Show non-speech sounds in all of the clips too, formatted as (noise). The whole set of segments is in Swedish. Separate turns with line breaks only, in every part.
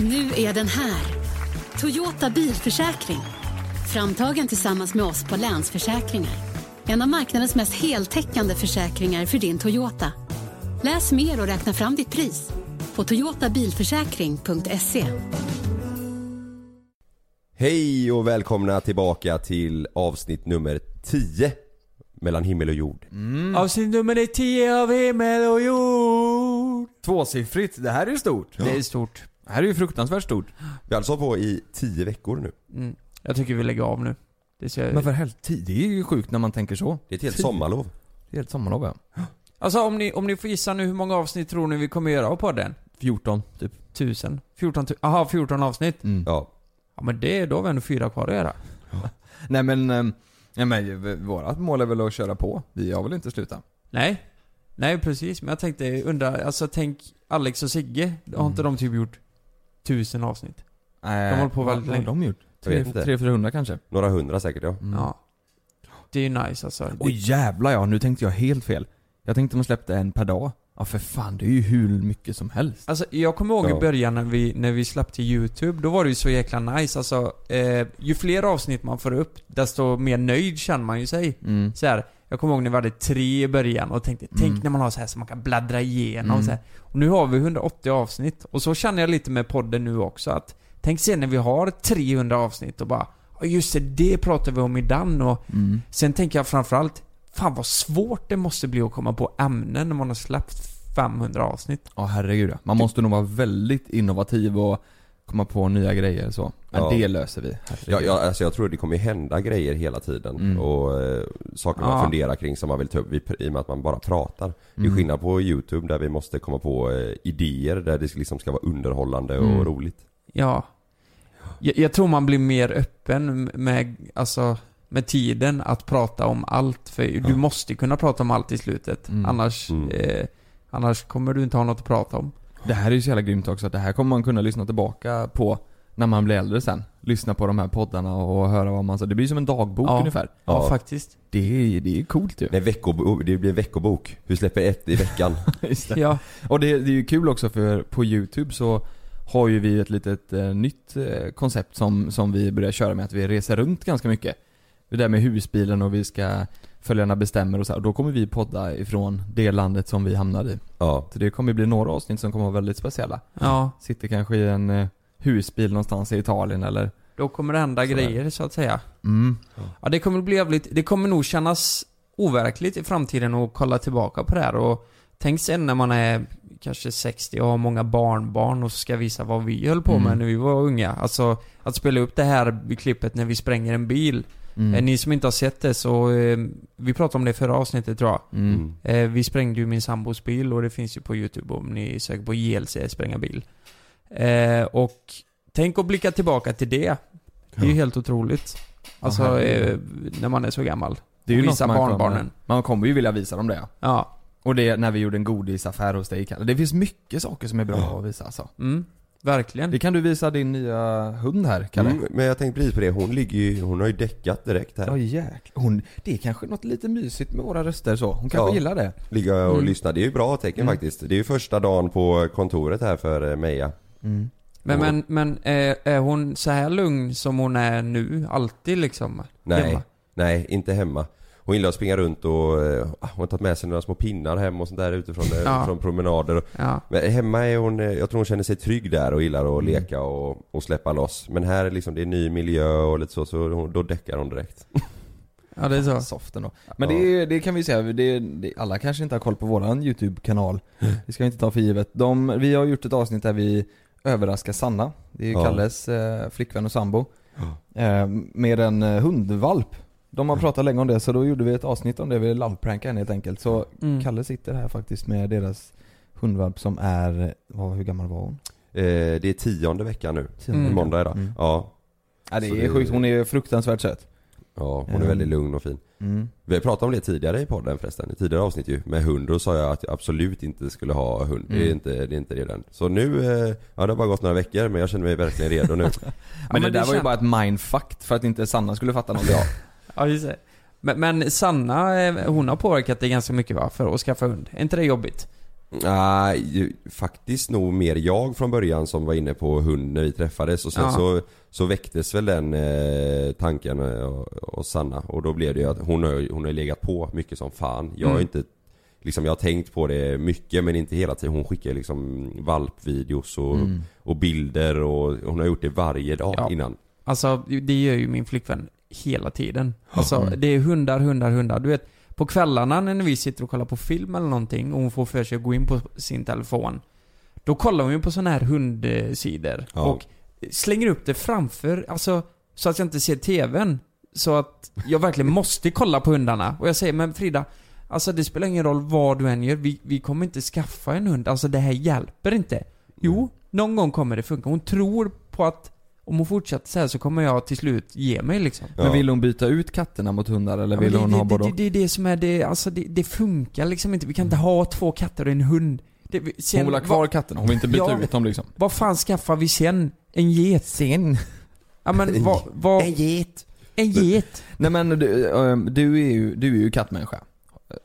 Nu är den här. Toyota bilförsäkring. Framtagen tillsammans med oss på Länsförsäkringar. En av marknadens mest heltäckande försäkringar för din Toyota. Läs mer och räkna fram ditt pris på toyotabilförsäkring.se.
Hej och välkomna tillbaka till avsnitt nummer 10 Mellan himmel och jord
Mm.
Avsnitt nummer 10 av himmel och jord.
Tvåsiffrigt, det här är ju stort.
Det är stort.
Det här är ju fruktansvärt stort.
Vi har alltså hållit på i 10 veckor nu
Mm. Jag tycker vi lägger av nu. Det ser...
Men för helvete, det är ju sjukt när man tänker så.
Det är ett helt sommarlov
Det är helt sommarlov ja.
Alltså om ni, om ni får gissa nu, hur många avsnitt tror ni vi kommer göra av podden?
14, typ.
Tusen? 14 tu- Aha, 14 avsnitt?
Mm.
Ja,
Ja men det, då har vi ändå fyra kvar att göra.
Nej men, ehm, nej men v- vårat mål är väl att köra på. Vi har väl inte slutat.
Nej. Nej precis, men jag tänkte undra, alltså tänk Alex och Sigge, har inte de typ gjort tusen avsnitt?
De
håller på väldigt länge.
Eh, Vad har de gjort?
Jag vet inte.
300-400 kanske?
några hundra säkert ja
Mm.
Ja. Det är ju nice alltså.
Oj jävlar ja, nu tänkte jag helt fel. Jag tänkte de släppte en per dag. Ja för fan, det är ju hur mycket som helst.
Alltså jag kommer ihåg
Ja.
i början när vi, när vi släppte YouTube, då var det ju så jäkla nice. Alltså, eh, ju fler avsnitt man får upp, desto mer nöjd känner man ju sig.
Mm.
Så här, jag kommer ihåg när vi hade tre i början och tänkte, tänk
Mm.
när man har så här som man kan bläddra igenom.
Mm.
Så här. Och nu har vi 180 avsnitt. Och så känner jag lite med podden nu också att, tänk sen när vi har 300 avsnitt och bara, "Ja, just det, det pratar vi om i Dan och
Mm.
Sen tänker jag framförallt, fan vad svårt det måste bli att komma på ämnen när man har släppt 500 avsnitt.
Ja herregud ja. Man måste nog vara väldigt innovativ och komma på nya grejer så. Men
Ja.
det löser vi.
Ja, ja, alltså jag tror det kommer hända grejer hela tiden
Mm.
och eh, saker man
Ja.
funderar kring som man vill ta upp Vi- i och med att man bara pratar. Det är
Mm.
skillnad på youtube där vi måste komma på eh, idéer där det liksom ska vara underhållande
Mm.
och roligt.
Ja. Jag, jag tror man blir mer öppen med, alltså, med tiden att prata om allt. För du måste kunna prata om allt i slutet.
Mm.
Annars,
Mm.
Eh, annars kommer du inte ha något att prata om.
Det här är ju så jävla grymt också att det här kommer man kunna lyssna tillbaka på när man blir äldre sen. Lyssna på de här poddarna och höra vad man sa. Det blir som en dagbok
Ja.
ungefär.
Ja,
Ja.
faktiskt.
Det är, det är coolt ju.
Nej, veckobo- det blir en veckobok. Du släpper ett i
(laughs)
veckan.
Just det.
Ja.
Och det, det är ju kul också för på youtube så har ju vi ett litet eh, nytt eh, koncept som, som vi börjar köra med att vi reser runt ganska mycket. Det där med husbilen och vi ska följarna bestämmer och så här. Och då kommer vi podda ifrån det landet som vi hamnar i.
ja.
Så det kommer bli några avsnitt som kommer vara väldigt speciella.
ja.
Sitter kanske i en eh, husbil någonstans i Italien eller
Då kommer det hända
Sådär.
grejer så att säga.
Mm.
Ja, det kommer bli jävligt, det kommer nog kännas overkligt i framtiden att kolla tillbaka på det här och tänk sen när man är kanske 60 och har många barnbarn och ska visa vad vi höll på med
Mm.
när vi var unga. Alltså, att spela upp det här klippet när vi spränger en bil.
Mm.
Eh, Ni som inte har sett det så, eh, vi pratade om det i förra avsnittet tror jag.
Mm.
Mm.
Eh, vi sprängde ju min sambos bil och det finns ju på YouTube om ni söker på JLC spränga bil. Eh, och tänk att blicka tillbaka till det. Det är ju helt otroligt. Alltså
Ja,
eh,
herregud.
när man är så gammal.
Det är ju
Och
något
visa
man
barnbarnen.
Kommer, man kommer ju vilja visa dem det ja.
Ja.
Och det är när vi gjorde en godisaffär hos dig Kalle. Det finns mycket saker som är bra att visa alltså.
Mm. Verkligen.
Det kan du visa din nya hund här Kalle.
Mm, men jag tänkte precis på det, hon ligger ju, hon har ju däckat direkt här.
Ja jäklar. Hon, det är kanske något lite mysigt med våra röster så. Hon kanske
Ja.
gillar det.
Ligga och
Mm.
lyssna, det är ju bra tecken
Mm.
faktiskt. Det är ju första dagen på kontoret här för eh, Meja.
Men, men, men eh, är hon så här lugn som hon är nu? Alltid liksom?
Nej,
Hemma?
nej inte hemma. Hon gillar att springa runt och eh, hon har tagit med sig några små pinnar hem och sånt där utifrån,
(laughs)
eh,
Ja.
från promenader. och-
Ja.
Men hemma är hon, eh, jag tror hon känner sig trygg där och gillar
Mm.
att leka och, och släppa loss. Men här är liksom, det är ny miljö och lite så, så hon, då däckar hon direkt.
Ja, det är så.
Soft ändå. Men
Ja.
det, är- det kan vi säga, det, det, alla kanske inte har koll på våran YouTube-kanal. (laughs) Det ska vi inte ta för givet. De, vi har gjort ett avsnitt där vi överraskar Sanna. Det är ju
Ja.
Kalles eh, flickvän och sambo. Eh, med en eh, hundvalp. De har pratat länge om det så då gjorde vi ett avsnitt om det. Vi lovepranka henne helt enkelt. Så
Mm.
Kalle sitter här faktiskt med deras hundvalp som är, vad, hur gammal var hon?
Eh, det är tionde veckan nu,
Mm.
mm. måndag idag.
Mm.
Ja,
Ja, det
Så
är
det-
sjukt, hon är fruktansvärt söt.
ja, hon är
Ehm.
väldigt lugn och fin.
Mm.
Vi har pratat om det tidigare i podden förresten, i tidigare avsnitt ju. Med hund, då sa jag att jag absolut inte skulle ha hund. Det, är
Mm.
inte, det är inte redan. Så nu, eh, ja det har bara gått några veckor men jag känner mig verkligen redo nu.
Men det,
men
där
det
var ju
kän-
bara ett mindfuck för att inte Sanna skulle fatta någonting. (laughs)
Ja, just det. Men, men Sanna, eh, hon har påverkat dig ganska mycket va? För att skaffa hund. Är inte det jobbigt?
(laughs) Nej, ju- faktiskt nog mer jag från början som var inne på hund när vi träffades och sen
Ja.
så, så väcktes väl den eh, tanken eh, och Sanna och då blev det ju att hon har, hon har legat på mycket som fan. Jag har
Mm.
inte Liksom jag har tänkt på det mycket men inte hela tiden. Hon skickar liksom valpvideos och,
Mm.
och bilder och hon har gjort det varje dag
Ja.
innan.
Alltså, det gör ju min flickvän hela tiden. Alltså,
Mm.
det är hundar, hundar, hundar. Du vet, på kvällarna när vi sitter och kollar på film eller någonting och hon får för sig att gå in på sin telefon. Då kollar hon ju på sådana här hundsidor.
Ja.
Och slänger upp det framför, alltså, så att jag inte ser TVn. Så att jag verkligen måste kolla på hundarna. Och jag säger, men Frida, alltså det spelar ingen roll vad du än gör. Vi, vi kommer inte skaffa en hund. Alltså det här hjälper inte.
Mm.
Jo, någon gång kommer det funka. Hon tror på att om hon fortsätter så här så kommer jag till slut ge mig liksom.
Ja.
Men vill hon byta ut katterna mot hundar eller vill
Ja, men
hon
det,
ha
det,
både
det, det är det som är det, alltså det, det funkar liksom inte. Vi kan inte ha två katter och en hund. Det, vi- sen,
Hon vill ha kvar
vad,
katterna, hon vill inte byta
Ja.
ut dem
(laughs)
liksom.
vad fan skaffar vi sen? En get?
Sen.
Ja men vad, vad, en,
get!
get?
Nej men du, ehm, du, är, ju, du är ju kattmänniska.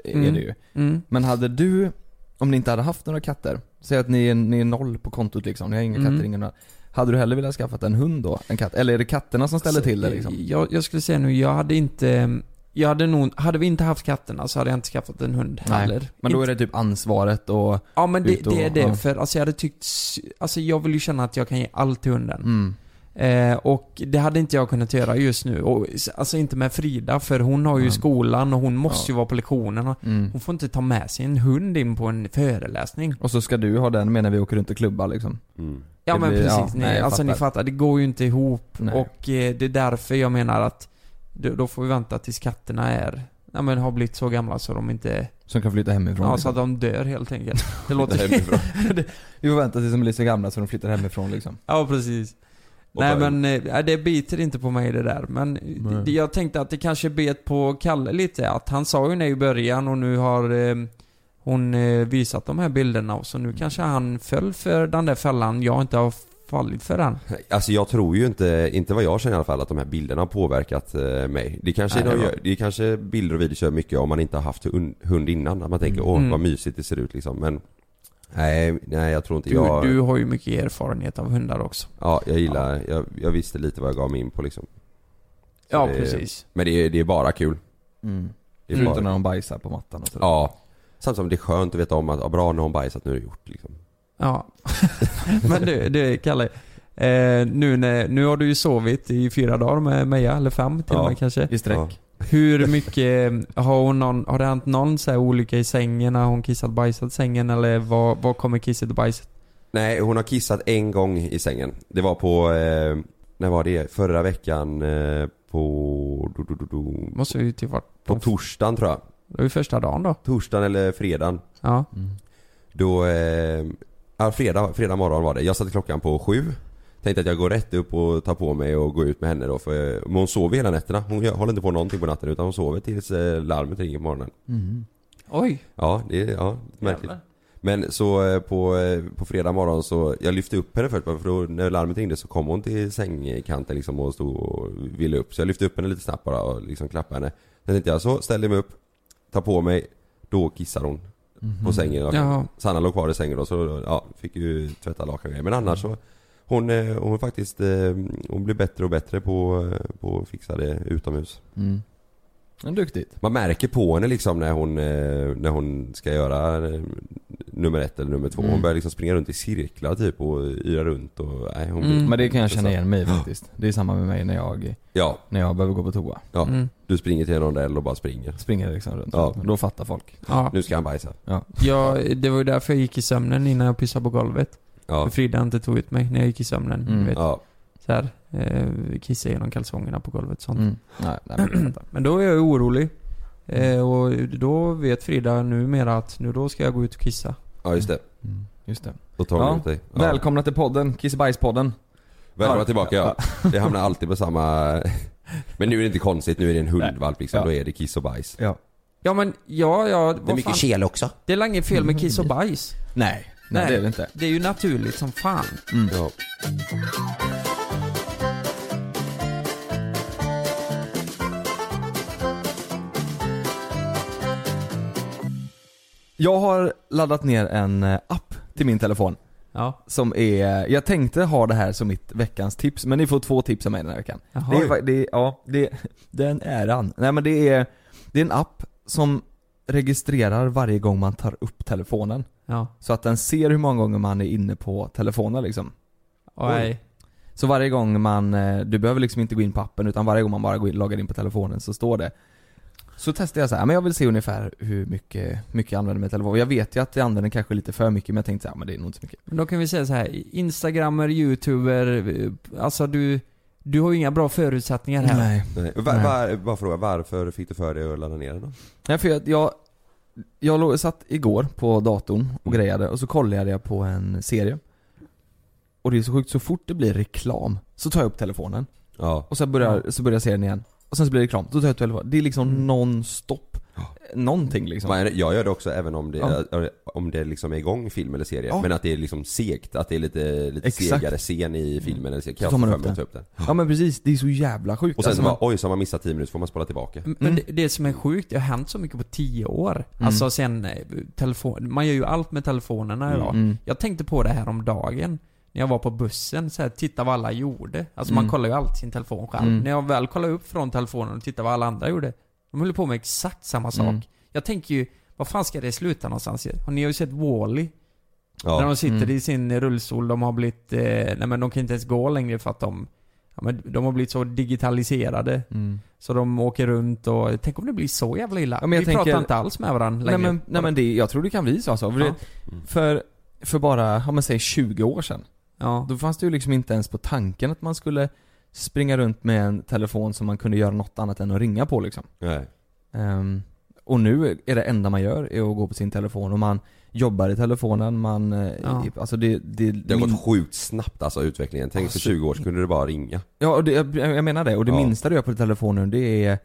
eh, Är
Mm.
du ju.
Mm.
Men hade du, om ni inte hade haft några katter, säg att ni är, ni är noll på kontot liksom, ni har inga
Mm.
katter, ingen Hade du hellre velat skaffat en hund då? En katt? Eller är det katterna som
Alltså,
ställer till det liksom?
Jag, jag skulle säga nu, jag hade inte, jag hade nog, hade vi inte haft katterna så hade jag inte skaffat en hund
Nej,
heller.
Men då
Inte-
är det typ ansvaret och,
Ja men det,
ut och-
det är det,
ja.
för alltså jag hade tyckt, s- alltså jag vill ju känna att jag kan ge allt till hunden.
mm,
Eh, och det hade inte jag kunnat göra just nu. Och, s- alltså inte med Frida, för hon har ju
Nej.
skolan och hon måste
Ja.
ju vara på lektionerna.
mm.
Hon får inte ta med sig en hund in på en föreläsning.
Och så ska du ha den med när vi åker runt och klubbar liksom.
Mm.
Ja
Det
men
blir-
precis,
ja,
ni,
nej, jag
alltså ni
fattar.
fattar, det går ju inte ihop
Nej.
och eh, det är därför jag menar att då, då får vi vänta tills katterna är, ja men har blivit så gamla så de inte,
Som kan flytta hemifrån.
ja så
liksom.
att de dör helt enkelt.
(laughs)
Det låter,
Hemifrån.
Vi får vänta tills de blir så gamla så de flyttar hemifrån liksom.
ja precis.
Och
Nej
bara-
men eh, det biter inte på mig det där men det- det- jag tänkte att det kanske bet på Kalle lite att han sa ju nej i början och nu har eh, hon eh, visat de här bilderna och så nu
Mm.
kanske han föll för den där fällan jag inte har fallit för den.
Alltså jag tror ju inte, inte vad jag känner i alla fall, att de här bilderna har påverkat eh, mig. Det kanske,
Nej, det
de
var-
gör, det kanske bilder och videos gör mycket om man inte har haft hund, hund innan. Att man tänker
Mm.
åh
Mm.
vad mysigt det ser ut liksom. Men nej, nej jag tror inte
Du,
jag...
du har ju mycket erfarenhet av hundar också.
Ja, jag gillar, Jag, jag visste lite vad jag gav mig in på liksom. Så
ja
det,
precis.
Men det, är- det är bara kul.
Mm.
Det är
Förutom
bara,
när de bajsar på mattan och sådär.
Ja. Samtidigt som det är skönt att veta om att, ja, bra nu har hon bajsat, nu är det gjort liksom.
Ja. (laughs) men du, du Kalle. Eh, nu, när, nu har du ju sovit i fyra dagar med Meja, eller fem till och
Ja.
med kanske.
I sträck.
Ja.
Hur mycket, har, hon någon, har det hänt någon så här olycka i sängen? Har hon kissat bajsat i sängen eller vad, vad kommer kisset och bajset?
Nej, hon har kissat en gång i sängen. Det var på, eh, när var det? Förra veckan eh, på... Du, du, du, du,
Måste ju typ varit
På torsdagen tror jag.
det var ju första dagen då.
Torsdagen eller fredagen.
Ja.
Mm.
Då, eh, ja, fredag, fredag morgon var det. Jag satte klockan på sju. Tänkte att jag går rätt upp och tar på mig och går ut med henne då för eh, men hon sover hela nätterna. Hon gör- håller inte på någonting på natten utan hon sover tills eh, larmet ringer på morgonen.
Mm.
Oj.
Ja, det är ja, lite märkligt. Men så eh, på, eh, på fredag morgon så, jag lyfte upp henne först bara, för då, när larmet ringde så kom hon till sängkanten liksom och stod och ville upp. Så jag lyfte upp henne lite snabbt bara och liksom klappade henne. Sen tänkte jag så, ställde jag mig upp, tar på mig, då kissar hon
Mm.
Mhm.
på sängen.
Jaha.
Sanna låg kvar i sängen då så ja, fick ju tvätta lakan och grejer. Men annars så hon, eh, hon faktiskt, eh, hon blir bättre och bättre på, eh, på att fixa det utomhus.
Mm. Men duktigt.
Man märker på henne liksom när hon, eh, när hon ska göra eh, nummer ett eller nummer två.
Mm.
Hon börjar liksom springa runt i cirklar typ och yra runt och nej, hon
Mm.
Men det kan jag känna igen mig i faktiskt. Det är samma med mig när jag,
Ja,
när jag behöver gå på toa.
ja.
Mm.
Du springer till en rondell och bara springer.
Springer liksom runt.
Ja.
Då fattar folk.
Ja.
Nu ska han bajsa.
ja, det var ju därför jag gick i sömnen innan jag pissade på golvet. För
Ja.
Frida inte tog ut mig när jag gick i sömnen.
Mm.
Du vet,
Ja.
så här, eh, kissa genom kalsongerna på golvet sånt.
Mm. Nej, nej, men jag
(clears throat)
fattar.
Men då är jag ju orolig.
Mm.
Eh, och då vet Frida numera att nu då ska jag gå ut och kissa.
ja, just det.
Mm. Just det.
Då tar
Ja.
hon ut dig. Ja.
Välkomna till podden, Kissbajspodden.
Välkomna tillbaka ja. Det hamnar alltid på samma...
(laughs)
Men nu är det inte konstigt, nu är det en hundvalp liksom.
Ja.
Då är det kiss och bajs.
Ja.
Ja men, ja, ja, vad fan.
kel också.
Det är inget fel
Mm.
med kiss och bajs.
Nej, nej, det är det inte.
Det är ju naturligt som fan.
Ja.
Jag har laddat ner en eh, app till min telefon
Ja.
som är, jag tänkte ha det här som mitt veckans tips men ni får två tips av mig den här veckan.
Jaha.
Det är, fa- det, är- ja, det, den äran. Nej men det är, det är en app som registrerar varje gång man tar upp telefonen.
ja.
Så att den ser hur många gånger man är inne på telefonen liksom.
Oj.
Oj. Så varje gång man, eh, du behöver liksom inte gå in på appen utan varje gång man bara går in, loggar in på telefonen så står det Så testade jag så här, men jag vill se ungefär hur mycket, mycket jag använder min telefon. Jag vet ju att jag använder den kanske lite för mycket men jag tänkte så här, men det är nog inte så mycket.
Men då kan vi säga så här, instagrammer, youtuber, eh, alltså du, du har ju inga bra förutsättningar här.
Nej.
Nej. Var,
Nej.
var, bara fråga, varför fick du för dig att ladda ner den då?
Nej för jag, jag, jag låg, satt igår på datorn och grejade och så kollade jag på en serie. Och det är så sjukt, så fort det blir reklam så tar jag upp telefonen.
Ja.
Och så börjar, så börjar serien igen. Och sen så blir det reklam, då tar jag upp telefonen. Det är liksom
Mm.
non-stop. Någonting liksom.
Men jag gör det också även om det,
Ja.
eh, om det liksom är igång film eller serie.
Ja.
Men att det är liksom segt, att det är lite, lite
Exakt. Mm.
segare scen i filmen eller serie. Kan
Så
jag
tar
få
man
för
upp
mig att
den.
ta upp den.
Ja men precis, det är så jävla sjukt.
Och sen så
Alltså,
bara, oj så har man missat 10 minuter så får man spola tillbaka.
Men
Mm.
det, det som är sjukt, det har hänt så mycket på tio år. Alltså sen eh, telefon, man gör ju allt med telefonerna idag.
Mm.
Jag tänkte på det här om dagen när jag var på bussen, så här, titta vad alla gjorde. Alltså man
Mm.
kollar ju alltid sin telefon själv.
Mm.
När jag väl kollar upp från telefonen och tittar vad alla andra gjorde. De höll på med exakt samma sak.
Mm.
Jag tänker ju, vad fan ska det sluta någonstans? Har ni ju sett Wall-E? När
Ja.
de sitter
Mm.
i sin rullstol, de har blivit, eh, nej men de kan inte ens gå längre för att de, ja, men de har blivit så digitaliserade.
Mm.
Så de åker runt och, tänk om det blir så jävla illa.
Ja, men jag
Vi
tänker-
pratar inte alls med varandra
Nej
längre.
men, nej, men det, jag tror det kan bli så alltså. För,
Ja.
det, för, för bara, om man säger 20 år sedan.
ja.
Då fanns det ju liksom inte ens på tanken att man skulle springa runt med en telefon som man kunde göra något annat än att ringa på liksom.
Nej.
Ehm, och nu är det enda man gör är att gå på sin telefon och man jobbar i telefonen, man... eh,
Ja.
Alltså det... Det,
Det har gått sjukt snabbt alltså utvecklingen. Tänk för 20 år så kunde du bara ringa.
Ja, och det, jag, jag menar det. Och det
Ja.
minsta du gör på telefonen det är,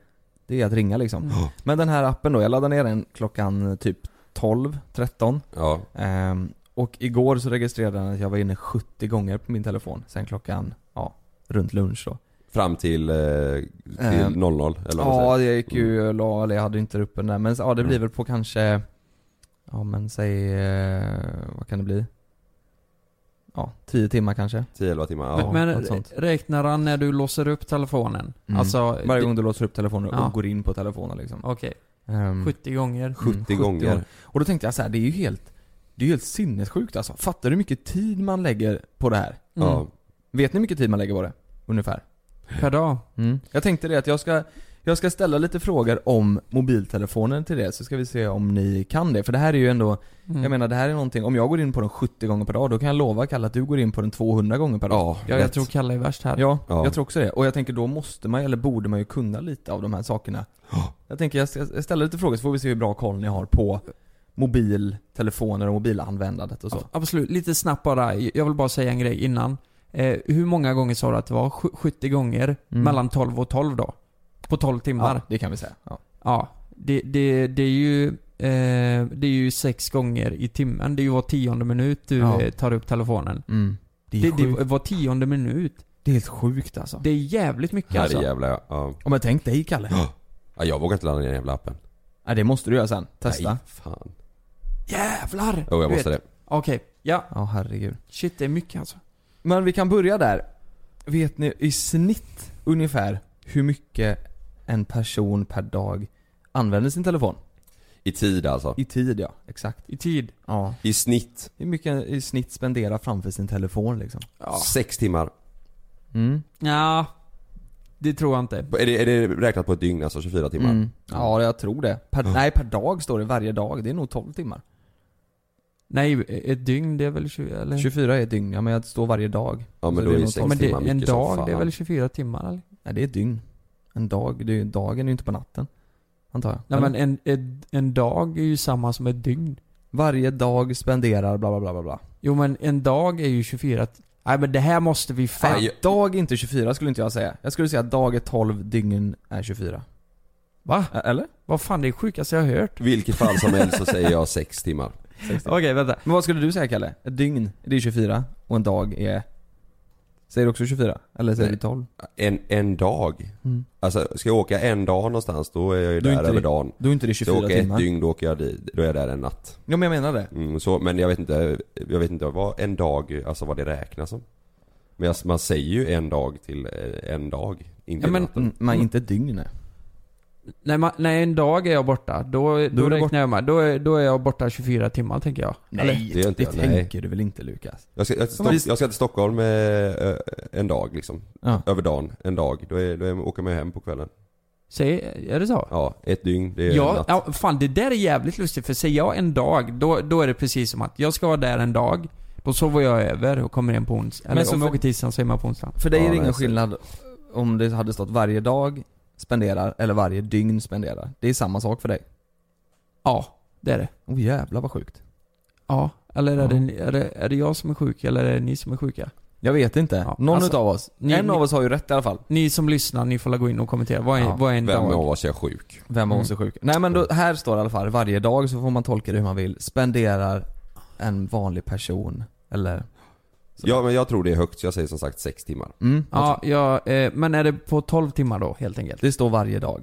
det är att ringa liksom.
Mm.
Men den här appen då, jag laddade ner den klockan typ 12, 13.
Ja.
Ehm, och igår så registrerade den att jag var inne 70 gånger på min telefon sen klockan, ja, runt lunch då.
Fram till, eh, till
Ehm,
00 eller vad man säger.
Ja, jag gick ju och la, eller jag hade inte uppe den där. Men så- ja, det blir
Mm.
väl på kanske, ja men säg, eh, vad kan det bli? Ja, 10 timmar kanske.
10-11 timmar. Ja.
Men-
men
något sånt.
räknar han när du låser upp telefonen?
Mm.
Alltså, det-
Varje gång du låser upp telefonen
Ja.
och går in på telefonen liksom.
Okej,
Ehm,
70 gånger.
70, gånger.
Och då tänkte jag så här, det är ju helt Det är ju helt sinnessjukt alltså. Fattar du hur mycket tid man lägger på det här?
Mm.
Ja.
Vet ni hur mycket tid man lägger på det? Ungefär.
Per dag.
Mm.
Jag tänkte det att jag ska Jag ska ställa lite frågor om mobiltelefonen till det så ska vi se om ni kan det. För det här är ju ändå
Mm.
Jag menar det här är någonting, om jag går in på den 70 gånger per dag då kan jag lova Kalle att du går in på den 200 gånger per dag.
Ja,
ja, jag
rätt.
tror Kalle är värst här.
Ja,
Ja.
jag tror också det. Och jag tänker då måste man, eller borde man ju kunna lite av de här sakerna. Jag tänker jag ska- jag ställer lite frågor så får vi se hur bra koll ni har på mobiltelefoner och mobilanvändandet och så.
Ab- Absolut, lite snabbt bara. Jag vill bara säga en grej innan. Eh, hur många gånger sa du att det var? Sju- 70 gånger?
Mm.
Mellan 12 och 12 då? På 12 timmar?
Ja, det kan vi säga. Ja.
Ja, det, det, det är ju eh, det är ju sex gånger i timmen. Det är ju var tionde minut du
Ja.
eh, tar upp telefonen.
Mm. Det, är
Det,
sjukt.
det var tionde minut.
det är helt sjukt alltså.
Det är jävligt mycket alltså.
Herrejävlar ja. ja.
Ja men tänk dig Kalle.
ja. Jag vågar inte ladda ner den jävla appen.
Ja, det måste du göra sen. Testa.
Nej, fan.
Jävlar!
Jo, jag
Du
måste
vet.
det.
Okej, ja.
Ja herregud.
Shit, det är mycket alltså.
Men vi kan börja där. Vet ni i snitt ungefär hur mycket en person per dag använder sin telefon?
I tid alltså.
I tid ja, exakt.
I tid.
Ja.
I snitt.
Hur mycket i snitt spenderar framför sin telefon liksom?
Ja.
Sex timmar.
Mm.
ja. Det tror jag inte.
Är det, är det räknat på ett dygn alltså? 24 timmar?
Mm. Ja, jag tror det. Per, nej, per dag står det varje dag. Det är nog 12 timmar.
Nej, ett dygn det är väl 20 eller?
24 är ett dygn, ja men jag står varje dag.
Ja men då
Så
är
det är
det
nog
sex
men det,
timmar
en
mycket som
dag
fan.
det är väl 24 timmar eller?
Nej, det är ett dygn. En dag, det är ju, dagen är ju inte på natten. Antar jag.
Nej
Eller?
men en, en, en dag är ju samma som ett dygn.
Varje dag spenderar bla bla bla bla bla.
Jo men en dag är ju 24... t- Nej men det här måste vi fan...
Nej,
Nej, dag är inte 24 skulle inte jag säga. Jag skulle säga att dag är 12, dygn är 24.
Va?
Ä- Eller?
Vad fan det är sjukaste jag har hört.
Vilket fall som helst så säger jag sex timmar.
Okej vänta.
Men vad skulle du säga Kalle? Ett dygn, det är 24 och en dag är Säger du också 24? Eller säger
Nej.
du 12?
En, en dag.
Mm.
Alltså, ska jag åka en dag någonstans då är jag ju
Då är
där
inte
över
det-
dagen.
Då är inte det
Ska jag
24
åka ett
timmar.
dygn då åker jag dit, då är jag där en natt.
Ja men jag menar det.
Mm, så, men jag vet inte, jag vet inte vad en dag, alltså vad det räknas som. Men alltså, man säger ju en dag till eh, en dag. Inte
Ja,
en
men-
natt.
Mm, men inte ett dygn nej.
Nej, man, nej, en dag är jag borta. Då, då,
du
räknar
borta.
jag med. Då är, då är jag borta 24 timmar tänker jag. Eller?
Nej,
Det är inte
det
jag, nej.
tänker du väl inte Lukas?
Jag ska, jag, ska,
Men-
till Stock- jag ska till Stockholm eh, eh, en dag liksom.
Ja.
Över dagen, en dag. Då, är, då är, åker man ju hem på kvällen.
Säg, är det så?
Ja, ett dygn, det är en
Ja,
natt.
ja, fan det där är jävligt lustigt för säger jag en dag, då, då är det precis som att jag ska vara där en dag, då sover jag över och kommer hem på onsdag. Eller
så
om jag
för-
åker tisdag så är man på onsdag.
För dig
Ja,
är det
nej,
ingen
jag ser-
skillnad om det hade stått varje dag spenderar eller varje dygn spenderar. Det är samma sak för dig.
Ja, det är det.
Åh jävlar vad sjukt.
Ja, eller är,
Ja.
det, är, det, är det jag som är sjuk eller är det ni som är sjuka?
Jag vet inte.
Ja,
Någon
alltså,
utav oss.
ni-
en
ni-
av oss har ju rätt i alla fall.
Ni som lyssnar, ni får la gå in och kommentera. Vad är,
Ja,
vad är en
Vem
dag?
av oss är sjuk?
Vem av
Mm.
oss är sjuk? Nej men då, här står det i alla fall varje dag så får man tolka det hur man vill. Spenderar en vanlig person. Eller?
Ja men jag tror det är högt så jag säger som sagt sex timmar.
Mm,
Ja, ja, eh, men är det på 12 timmar då helt enkelt?
Det står varje dag.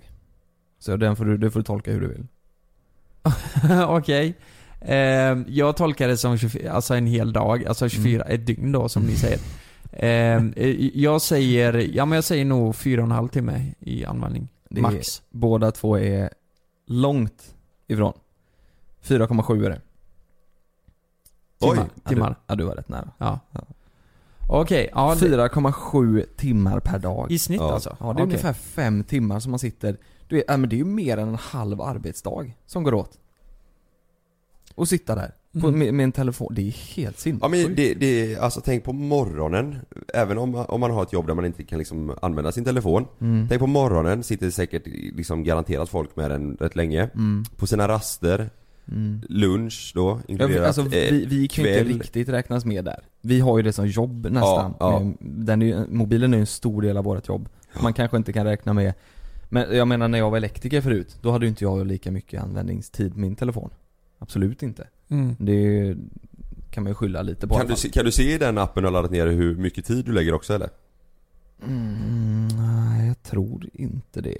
Så den får du, det får du tolka hur du vill.
(laughs) Okej. Eh, jag tolkar det som 24, alltså en hel dag,
Mm.
alltså 24, ett dygn då som ni säger. Eh, eh, jag säger, ja men jag säger nog fyra och en halv timme i användning.
Det är-
Max.
Båda två är långt ifrån. 4,7 är det.
Oj.
Timmar.
Ja,
timmar.
Du, ja, du var rätt nära.
Ja.
Ja.
Okej, ja. det-
4,7 timmar per dag.
I snitt
Ja.
alltså?
Ja, det är
Okej.
ungefär 5 timmar som man sitter. Du vet, ja, men det är ju mer än en halv arbetsdag som går åt. Och sitta där. På,
Mm.
med, med en telefon. Det är helt
Ja
sinnessjukt.
men det, det, alltså tänk på morgonen. Även om, om man har ett jobb där man inte kan liksom använda sin telefon.
Mm.
Tänk på morgonen, sitter säkert liksom garanterat folk med den rätt länge.
Mm.
På sina raster,
Mm.
lunch då
Ja, vi,
inkluderat.
alltså,
eh,
vi, vi kan ju inte
kväll.
riktigt räknas med där. Vi har ju det som jobb nästan.
ja.
Men Den är, ju- mobilen är ju en stor del av vårt jobb. Man kanske inte kan räkna med Men jag menar när jag var elektriker förut, då hade ju inte jag lika mycket användningstid på min telefon. Absolut inte.
Mm.
Det är ju- kan man ju skylla lite på i
kan,
alla
du,
fall.
se- kan du se i den appen du har laddat ner hur mycket tid du lägger också eller?
Mm, nej, jag tror inte det.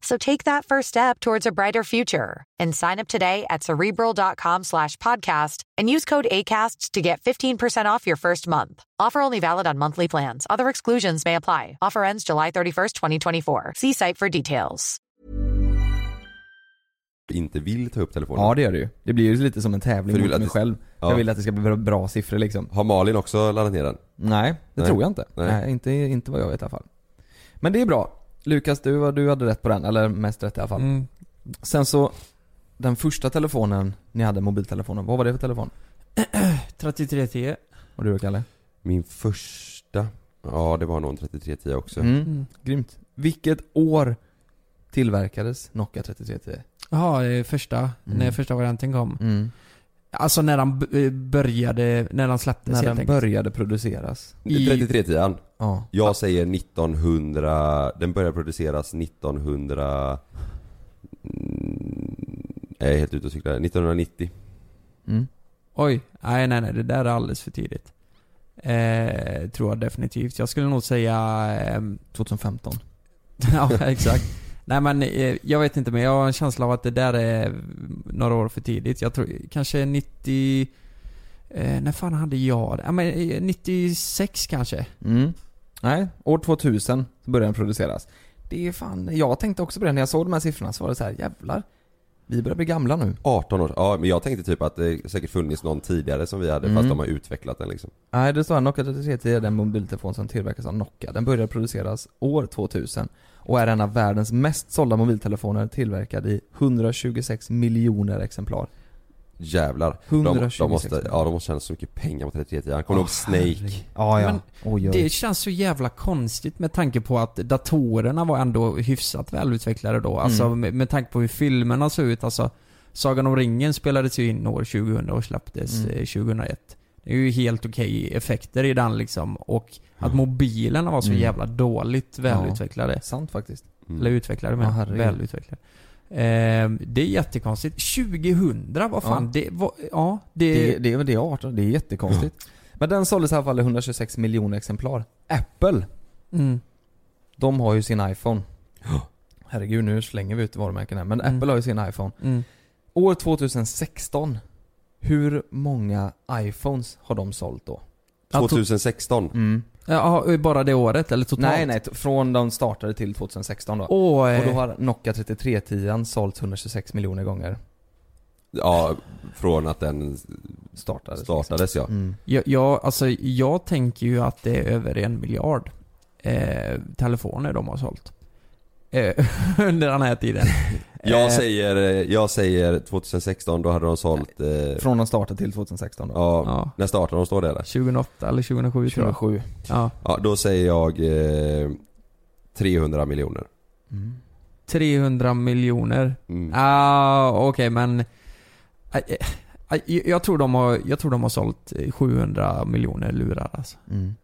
So take that first step towards a brighter future and sign up today at cerebral.com slash podcast and use code ACAST to get 15% off your first month. Offer only valid on monthly plans. Other exclusions may apply. Offer ends July 31st, 2024. See site for details.
inte vill ta upp telefonen.
Ja det gör det ju. Det blir ju lite som en tävling
För du
mot
vill
mig
att det-
själv.
Ja.
Jag vill att det ska bli bra, bra siffror liksom.
Har Malin också laddat ner den?
Nej, det
Nej.
tror jag inte.
Nej.
Nej, inte, inte vad jag vet i alla fall. Men det är bra. Lukas, du, var- du hade rätt på den. Eller mest rätt i alla fall.
Mm.
Sen så, den första telefonen ni hade, mobiltelefonen, vad var det för telefon?
3310.
Och du då Kalle?
Min första, ja det var nog en 3310 också.
Mm.
Mm.
Grymt. Vilket år tillverkades Nokia 3310?
Jaha, det är första, när
Mm.
första varianten kom.
Mm.
Alltså när den b- eh, började, när den släpptes
När
helt
den
enkelt.
började produceras?
I-
3310an.
Ja.
Jag säger 1900, den började produceras 1900... Mm, Jag är helt ute och cyklar. 1990.
Mm.
Oj, nej nej nej, det där är alldeles för tidigt. Eh, tror jag definitivt. Jag skulle nog säga... ehm, (laughs)
2015.
ja, exakt. Nej men eh, jag vet inte men jag har en känsla av att det där är några år för tidigt. Jag tror kanske 90... Eh, när fan hade jag det? Ja men eh, 96 kanske?
Mm. Nej, år 2000 så började den produceras. Det är fan, jag tänkte också på det när jag såg de här siffrorna så var det så här, jävlar. Vi börjar bli gamla nu.
18 år, ja men jag tänkte typ att det säkert funnits någon tidigare som vi hade
Mm.
fast de har utvecklat den liksom.
Nej, det står här, Nokia 3310 är den mobiltelefon som tillverkas av Nokia. Den började produceras år 2000 och är en av världens mest sålda mobiltelefoner tillverkad i 126 miljoner exemplar.
Jävlar. De,
126
de, måste, ja, de måste tjäna så mycket pengar på 3310. Han kommer ihåg Snake.
Ja, ja.
Men
Oj, oj.
Det känns så jävla konstigt med tanke på att datorerna var ändå hyfsat välutvecklade då. Alltså
Mm.
med, med tanke på hur filmerna såg ut. Alltså, Sagan om ringen spelades ju in år 2000 och släpptes
Mm.
eh, 2001. Det är ju helt okej effekter i den liksom. Och att mobilerna var så
Mm.
jävla dåligt välutvecklade.
Sant faktiskt.
Mm.
Eller utvecklade
Ja,
men
herregud.
välutvecklade. Ehm, det är jättekonstigt. 2000, vad fan?
Ja.
Det var, ja, det...
Det, det, är- det är 18, det är jättekonstigt. Men den såldes i alla fall i 126 miljoner exemplar. Apple,
Mm.
de har ju sin iPhone. Herregud, nu slänger vi ut varumärken här. Men
Mm.
Apple har ju sin iPhone.
Mm.
År 2016, hur många iPhones har de sålt då?
2016.
Ja, bara det året eller totalt?
Mm. Nej, nej. t- Från de startade till 2016 då.
Åh,
Och då
eh,
har Nokia 3310 sålts 126 miljoner gånger.
Ja, från att den
Startades.
startades ja.
Mm.
jag, jag, alltså, jag tänker ju att det är över en miljard eh, telefoner de har sålt. Eh, (laughs) under den
(laughs)
här tiden.
Jag
Eh,
säger, jag säger 2016, då hade de sålt, eh,
Från de startade till 2016 då.
ja,
Ja,
när startade de? Står det eller?
2008 eller 2007 tror jag.
27.
Ja,
Ja, då säger jag eh, 300 miljoner.
Mm.
300 miljoner.
Mm.
Ah, okej men... eh, eh, eh, Jag tror, de har, jag tror de har sålt eh, 700 miljoner lurar alltså.
Mm.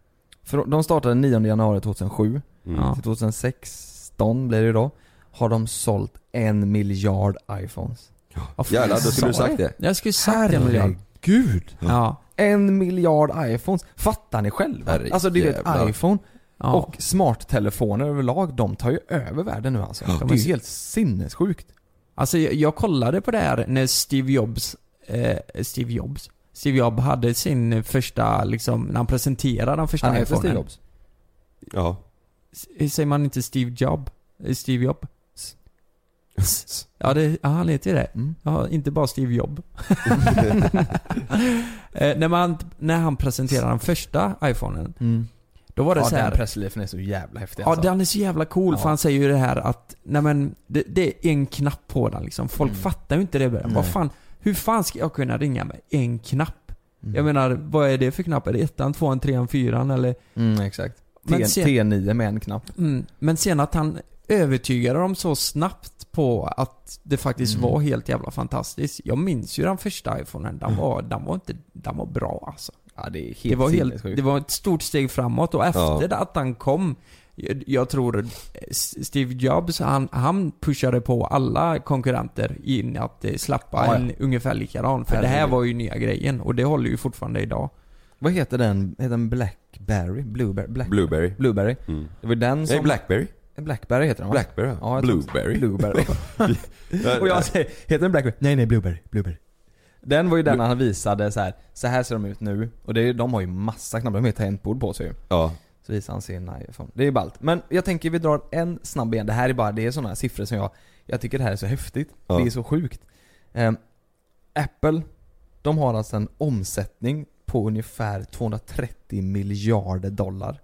För de startade 9 januari 2007.
Mm.
Ja.
Till 2016 blir det ju då. Har de sålt en miljard iPhones.
Vad fan
Jävlar, då
sa
skulle du
jag?
sagt det.
Jag skulle sagt en miljard.
Gud!
Ja.
En miljard iPhones. Fattar ni själva?
Herre
alltså det är ju
jävlar.
ett iPhone
ja.
och smarttelefoner överlag. De tar ju över världen nu alltså.
de
Det är
är-
ju helt sinnessjukt.
Alltså jag, jag kollade på det här när Steve Jobs, eh, Steve Jobs? Steve Jobs hade sin första, liksom, när han presenterade den första
Han heter
iPhonen.
Steve Jobs.
ja.
S- Säger man inte Steve Job? Eh, Steve Job? Ja, det, ja han heter ju det.
Mm.
Ja, inte bara Steve Jobb.
(laughs)
eh, när, man, när han presenterade den första iPhonen,
Mm.
då var det
Ja,
så
den
här.
pressliefen är så jävla häftig
Ja,
alltså.
den är så jävla cool
Ja.
för han säger ju det här att, nej men, det, det är en knapp på den liksom. Folk
Mm.
fattar ju inte det i början. Vad
Nej.
fan, hur fan ska jag kunna ringa med en knapp?
Mm.
Jag menar, vad är det för knapp? Är det ettan, tvåan, trean, fyran eller?
Mm, exakt.
Men
T-
sen-
T9 med en knapp.
Mm. Men sen att han övertygade dem så snabbt på att det faktiskt
Mm.
var helt jävla fantastiskt. Jag minns ju den första iPhonen, den var, den var inte, den var bra alltså.
Ja, det är Mm. helt
Det var, helt,
sinnessjukt.
det var ett stort steg framåt och efter att han kom jag, jag tror eh, S- Steve Jobs, han, han pushade på alla konkurrenter in att eh, släppa
Ja, ja.
en ungefär likadan. För det här
Herregud.
var ju nya grejen och det håller ju fortfarande idag.
Vad heter den? Heter den Blackberry? Blueberry? Black...
(laughs) Blueberry.
Blueberry.
Mm.
Det var den
Nej,
som...
Blackberry.
Blackberry heter den va?
Blackberry ja.
Ja, jag tror-
Blueberry. (laughs)
Blueberry. Och jag säger, heter den Blackberry? Nej nej, Blueberry. Blueberry. Den var ju den han visade så här. så här ser de ut nu. Och det är, de har ju massa knappar, de har ju tangentbord på sig ju.
Ja.
Så visar han sin iPhone. Det är ballt. Men jag tänker vi drar en snabb igen. Det här är bara, det är sådana här siffror som jag, jag tycker det här är så häftigt.
Ja.
Det är så sjukt. Ehm, Apple, de har alltså en omsättning på ungefär 230 miljarder dollar.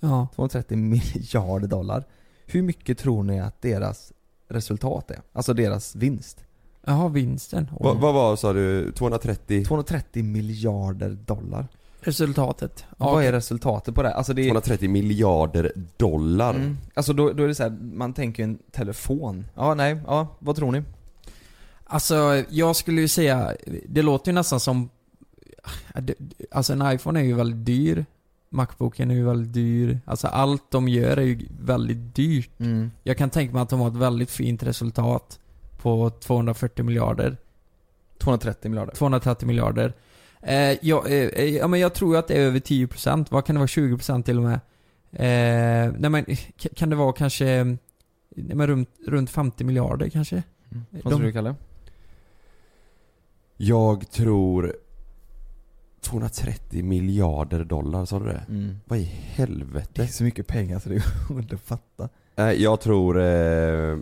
Ja.
230 miljarder dollar. Hur mycket tror ni att deras resultat är? Alltså deras vinst?
Jaha, vinsten. Och
Vad- vad var sa du? 230?
230 miljarder dollar.
Resultatet.
Vad är resultatet på det här? Alltså det är,
230 miljarder dollar.
Mm. Alltså då, då är det så här, man tänker ju en telefon. Ja, nej, ja, vad tror ni?
Alltså, jag skulle ju säga, det låter ju nästan som... Alltså en iPhone är ju väldigt dyr. Macbooken är ju väldigt dyr. Alltså allt de gör är ju väldigt dyrt.
Mm.
Jag kan tänka mig att de har ett väldigt fint resultat på 240 miljarder.
230 miljarder.
230 miljarder. Eh, jag, eh, eh, ja, men jag tror ju att det är över 10%. Vad kan det vara? 20% till och med? Eh, nej men, k- kan det vara kanske... eh, Nej, men runt, runt 50 miljarder kanske?
Vad
De-
tror du Kalle?
Jag tror 230 miljarder dollar, sa du det?
Mm.
Vad i
Det är
helvete?
så mycket pengar så det går (laughs) inte att fatta.
Nej, jag tror... Eh,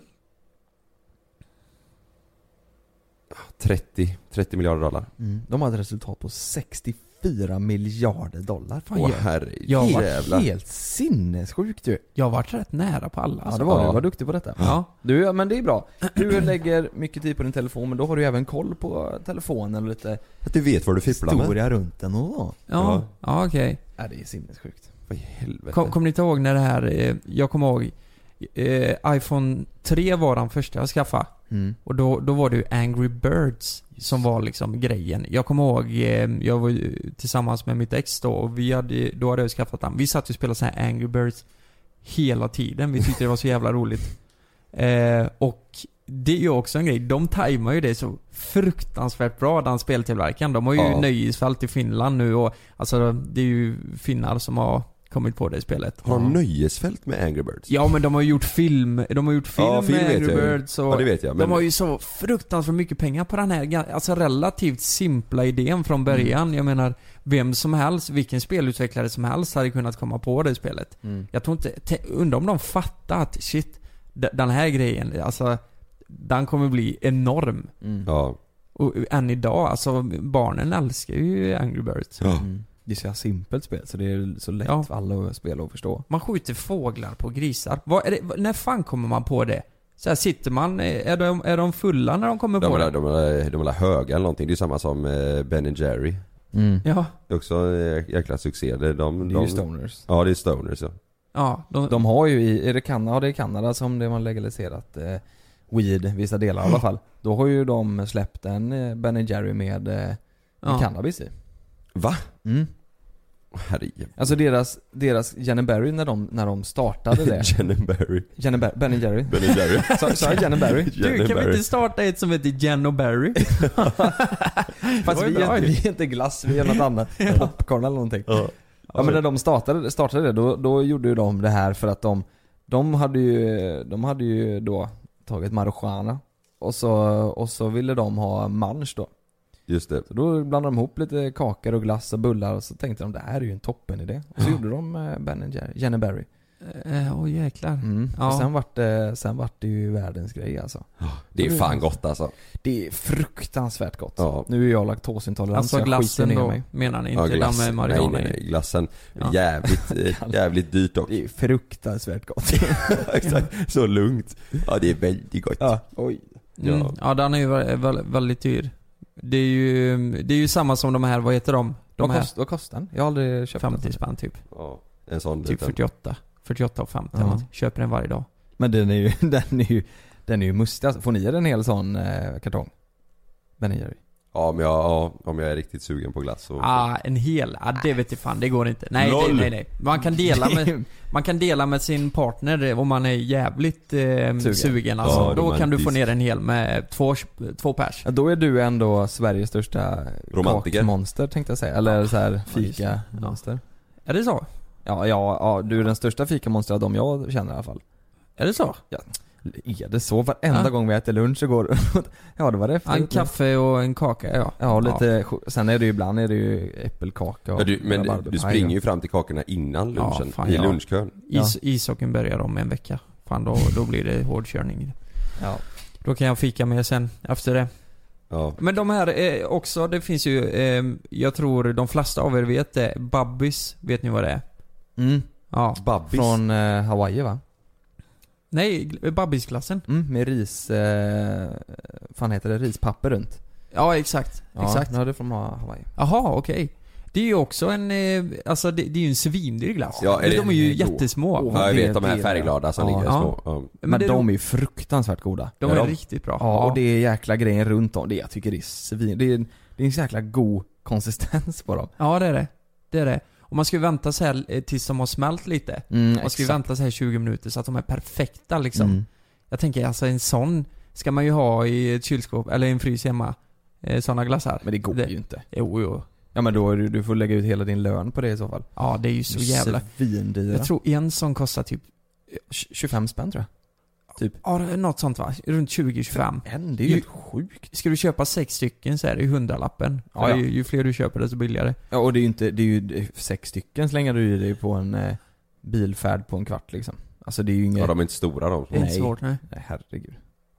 30, 30 miljarder dollar.
Mm. De har ett resultat på 64 miljarder dollar. Fan,
Åh
jä-
Jag
helt,
var-
herrejävlar.
helt sinnessjukt ju.
Jag har varit rätt nära på alla
Ja
alltså.
det var du,
Ja.
du var duktig på detta.
Ja.
Du, ja, men det är bra. Du lägger mycket tid på din telefon men då har du ju även koll på telefonen och lite
Att du vet vad du fipplar med.
historia runt den och så.
Ja, ja okej.
Ja det är sinnessjukt.
Vad i helvete.
Kom- Kommer ni inte ihåg när det här, eh, jag kommer ihåg, eh, iPhone 3 var den första jag skaffade.
Mm.
Och då, då var det ju Angry Birds som var liksom grejen. Jag kommer ihåg, eh, jag var ju tillsammans med mitt ex då och vi hade, då hade jag skaffat den. Vi satt ju och spelade så här Angry Birds hela tiden. Vi tyckte det var så
(laughs)
jävla roligt. Eh, och det är ju också en grej. De tajmar ju det så fruktansvärt bra, den speltillverkaren. De har ju
Ja.
nöjesfält i Finland nu och alltså det är ju finnar som har kommit på det spelet.
Har de nöjesfält med Angry Birds?
Ja men de har ju gjort film, de har gjort film,
Ja, film
med
vet
Angry
jag ju.
Birds och
Ja, det vet jag, men-
De har ju så fruktansvärt mycket pengar på den här ga- alltså relativt simpla idén
Mm.
från början. Jag menar, vem som helst, vilken spelutvecklare som helst hade kunnat komma på det spelet.
Mm,
Jag tror inte, te- undrar om de fattar att shit, d- den här grejen, alltså den kommer bli enorm.
mm.
Ja.
Och än idag, alltså barnen älskar ju Angry Birds.
Ja.
Det är så jävla simpelt spel så det är så lätt
Ja.
för alla att spela och förstå.
Man skjuter fåglar på grisar. Vad är det, vad- när fan kommer man på det? Så här sitter man, eh, är de, är de fulla när de kommer
De
på
är
det?
de, de, de är höga eller någonting. Det är samma som eh, Ben Jerry.
Mm.
Ja,
Också en jäkla succé. Det är De,
Det är
de,
ju stoners.
Ja det är stoners ja.
ja de,
De har ju i, är det Kanada, ja, det är Kanada som det man legaliserat eh, weed, vissa delar i alla fall. Då har ju de släppt en eh, Ben Jerry med, eh, med
ja.
cannabis i.
Va?
Mm.
Herrejävlar.
Alltså deras, deras Jenneberry när de, när de (laughs)
(laughs)
startade det.
Jen Barry.
Jenneberry, Ben Jerry.
Ben Jerry.
Sa sa
(laughs)
jag Jenneberry?
Du, kan vi inte starta ett som heter Jen och Barry?
Fast
Det var
vi
ju bra
är, inte,
idé.
vi är inte glass, vi är
(laughs)
något annat. Popcorn eller någonting.
Ja.
Ja men när de startade, startade det, då, då gjorde ju de det här för att de, de hade ju, de hade ju då tagit marijuana och så, och så ville de ha mansch då.
Just det.
Så då blandade de ihop lite kakor och glass och bullar och så tänkte de det här är ju en toppen idé. Och så gjorde de eh, Ben Jerry, Jenny Berry.
Eh, Åh jäklar.
Mm.
Ja.
Och sen vart, det, sen vart det ju världens grej alltså.
Det är fan gott alltså.
Det är fruktansvärt gott.
Ja.
Nu är jag laktosintolerant
Alltså
så jag skiter
glassen
ner
då,
mig.
menar ni?
Ja,
Inte den med
nej,
marijuana
nej, nej, glassen.
Ja.
Jävligt, eh, jävligt dyrt dock.
Det är fruktansvärt (laughs) gott.
(laughs) Exakt. Så lugnt. Ja det är väldigt gott.
ja. Oj.
i. Mm.
Ja.
Ja, den är ju vä- vä- väldigt dyr. Det är ju, det är ju samma som de här, vad heter de? De
vad,
här
kost, vad kostar den? Jag har aldrig köpt
50
den.
spänn typ.
Ja, En sån
Typ
liten.
48. 48 och 50
Ja.
ja. Köper den varje dag.
Men den är ju, (laughs) den är ju, den är ju mustig alltså. Får ni er en hel sån eh, kartong? Ben Jerry.
Ja men jag, ja, om jag är riktigt sugen på glass så.
Ah, en hel? Ah, det vet jag fan, det går inte. Nej, det,
Noll.
nej, nej. Man kan, dela med, man kan dela med sin partner eh, om man är jävligt eh, sugen. alltså.
Ja,
Då kan du få
romantiskt.
ner en hel med två, två pers.
(laughs) Ja, då är du ändå Sveriges största
Romantiker.
kakmonster tänkte jag säga. Eller så här
just det.
fikamonster.
Är det så?
Ja, ja, ja, du är den största fikamonster av dem jag känner i alla fall.
Är det så?
Är det så? Varenda
Ja.
gång vi äter lunch så går Ja det (laughs) var det
En kaffe och en kaka, ja.
Ja och lite, cho- sen är det ju ibland är det ju äppelkaka och
Ja, du, men
rabarberpaj
du springer
och-
ju fram till kakorna innan
Ja,
lunchen.
fan,
I
ja.
lunchkön.
Ja.
Is, Ishockeyn börjar om en vecka. Fan, då, då blir det hårdkörning.
Ja.
Då kan jag fika med sen, efter det.
Ja.
Men de här eh, också, det finns ju, eh, jag tror de flesta av er vet det, Babbis, vet ni vad det är?
Mm,
Ja.
Babbis.
från eh, Hawaii va?
Nej, gl- Babbisklassen.
Mm, med ris, eh, fan heter det, rispapper runt.
Ja, exakt.
Ja,
exakt.
Ja det är från Ha- Hawaii.
Jaha, okej. Det är ju också en, eh, alltså det, det är ju en svindyr glass.
Ja, är det-
de är ju
det är god.
jättesmå.
eh, Åh,
Ja, jag vet de
Det är
här
det.
färgglada som
Ja.
ligger
Ja.
små. Ja.
Men,
det
de är ju fruktansvärt goda.
de
Ja,
är
de-
riktigt bra.
Ja och det är jäkla grejen runt om, det jag tycker det är svin, det är, det är en så jäkla god konsistens på dem.
Ja, det är det. Det är det. Och man ska ju vänta så här eh, tills de har smält lite.
Mm,
Man ska ju
exakt.
vänta så här 20 minuter så att de är perfekta liksom.
Mm.
Jag tänker alltså en sån ska man ju ha i ett kylskåp, eller i en frys hemma. Eh, Såna glassar.
Men det går
Det-
ju inte.
Jo, jo.
Ja men då är du, du får lägga ut hela din lön på det i så fall.
Ja, det är ju så jävla...
Svindyra.
Jag tror en sån kostar typ,
25 spänn tror
ja, något sånt va? Runt 20-25.
jag. En, det är ju
Ju-
helt sjukt.
Ska du köpa sex stycken så är det ju hundralappen.
Ja,
För
ja.
Ju, ju fler du köper desto billigare.
Ja och det är ju inte, det är ju det är sex stycken slänger du i dig på en eh, bilfärd på en kvart liksom. Alltså det är ju inget...
ja de är inte stora de.
Det är
Nej.
inte svårt nej.
Nej herregud.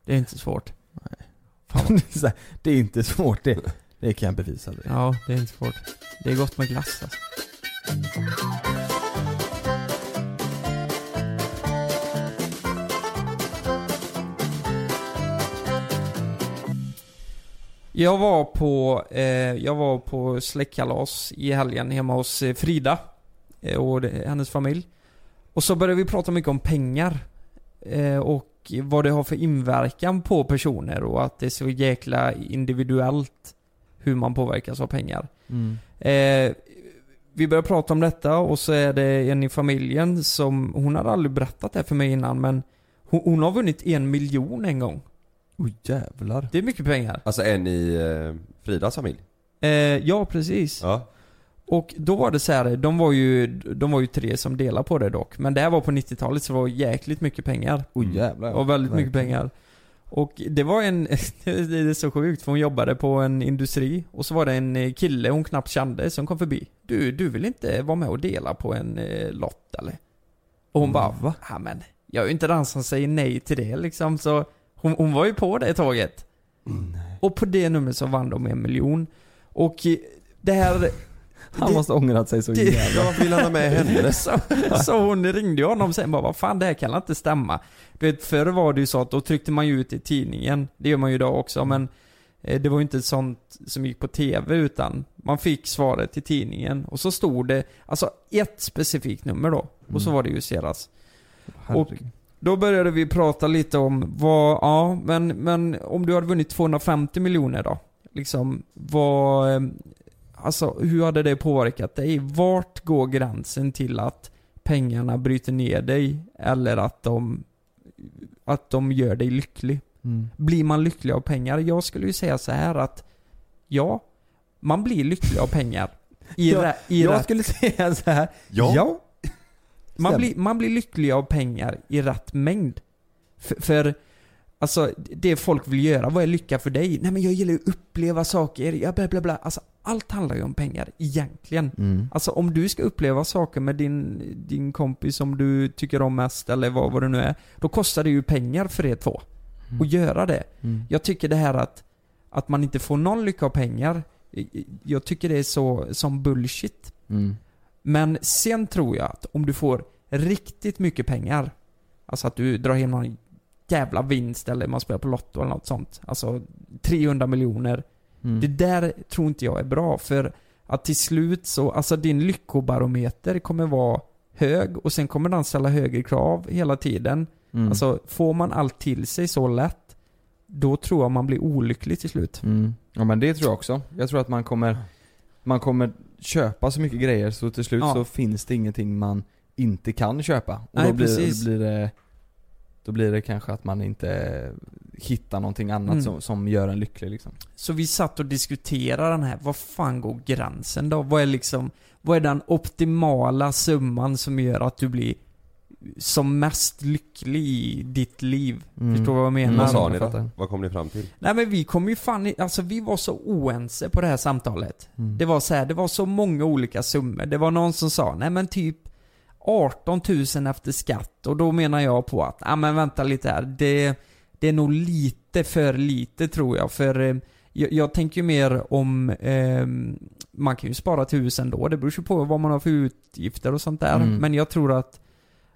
Det är inte svårt.
(laughs) det är så här, det är inte svårt det. Det kan jag bevisa. Det.
Ja, det är inte svårt. Det är gott med glass alltså. Jag var på, eh, jag var på släktkalas i helgen hemma hos eh, Frida eh, och det, hennes familj. Och så började vi prata mycket om pengar. Eh, och vad det har för inverkan på personer och att det är så jäkla individuellt hur man påverkas av pengar.
Mm.
Eh, vi började prata om detta och så är det en i familjen som, hon hade aldrig berättat det här för mig innan men hon, hon har vunnit en miljon en gång.
Oh, jävlar.
Det är mycket pengar.
Alltså en i eh, Fridas familj?
Eh, ja, precis.
Ja.
Och då var det så här, de var ju, de var ju tre som delade på det dock. Men det här var på 90-talet så det var jäkligt mycket pengar.
Oh, jävlar.
Och väldigt mycket pengar. Och det var en, (laughs) det är så sjukt för hon jobbade på en industri och så var det en eh, kille hon knappt kände som kom förbi. Du, du vill inte vara med och dela på en eh, lott eller? Och hon bara, va? Ja men, jag är ju inte den som säger nej till det liksom så hon, hon var ju på det tåget. Och på det numret så vann de en miljon. Och eh, det här...
Han måste ha ångrat sig så
det-
jävla
Jag vill han ha med henne?
(laughs) så, så hon ringde ju honom sen bara, vad fan det här kan inte stämma. Du vet förr var det ju så att då tryckte man ju ut i tidningen, det gör man ju idag också men eh, det var ju inte sånt som gick på tv utan man fick svaret i tidningen och så stod det, alltså ett specifikt nummer då och
Mm.
så var det just deras. Och
Herregud.
då började vi prata lite om vad, ja men, men om du hade vunnit 250 miljoner då? Liksom vad, eh, alltså hur hade det påverkat dig? Vart går gränsen till att pengarna bryter ner dig eller att de, att de gör dig lycklig?
Mm.
Blir man lycklig av pengar? Jag skulle ju säga så här att ja, man blir lycklig av pengar. I,
(laughs) Ja,
rä, i
Jag
rätt,
skulle säga så här.
Ja.
man,
stämmer.
blir, man blir lycklig av pengar i rätt mängd. För, för alltså det folk vill göra, vad är lycka för dig? Nej men jag gillar ju att uppleva saker, ja bla bla bla. Alltså allt handlar ju om pengar egentligen.
Mm.
Alltså om du ska uppleva saker med din, din kompis som du tycker om mest eller vad, vad det nu är. Då kostar det ju pengar för er två. Att göra det.
Mm.
Jag tycker det här att, att man inte får någon lycka av pengar. eh, Jag tycker det är så, som bullshit.
Mm.
Men sen tror jag att om du får riktigt mycket pengar. Alltså att du drar hem någon jävla vinst eller man spelar på Lotto eller något sånt. Alltså 300 miljoner.
Mm.
Det där tror inte jag är bra för att till slut så, alltså din lyckobarometer kommer vara hög och sen kommer den ställa högre krav hela tiden.
Mm.
Alltså får man allt till sig så lätt, då tror jag man blir olycklig till slut.
Mm. Ja men det tror jag också. Jag tror att man kommer, man kommer köpa så mycket grejer så till slut
Ja.
så finns det ingenting man inte kan köpa. Och
Nej,
då, blir,
precis.
då blir det Då blir det kanske att man inte hittar någonting annat
Mm.
som, som gör en lycklig liksom.
Så vi satt och diskuterade den här, vad fan går gränsen då? Vad är liksom, vad är den optimala summan som gör att du blir som mest lycklig i ditt liv?
Mm.
Förstår du vad jag menar?
Mm.
Vad sa
jag
ni
fattar.
då? Vad kom ni fram till?
Nej men vi kom ju fan i, alltså vi var så oense på det här samtalet.
Mm.
Det var så här, det var så många olika summor. Det var någon som sa, nej men typ 18 000 efter skatt och då menar jag på att, ja men vänta lite här, det, det är nog lite för lite tror jag för eh, jag, jag tänker ju mer om, eh, man kan ju spara tusen då, det beror ju på vad man har för utgifter och sånt där.
Mm.
Men jag tror att,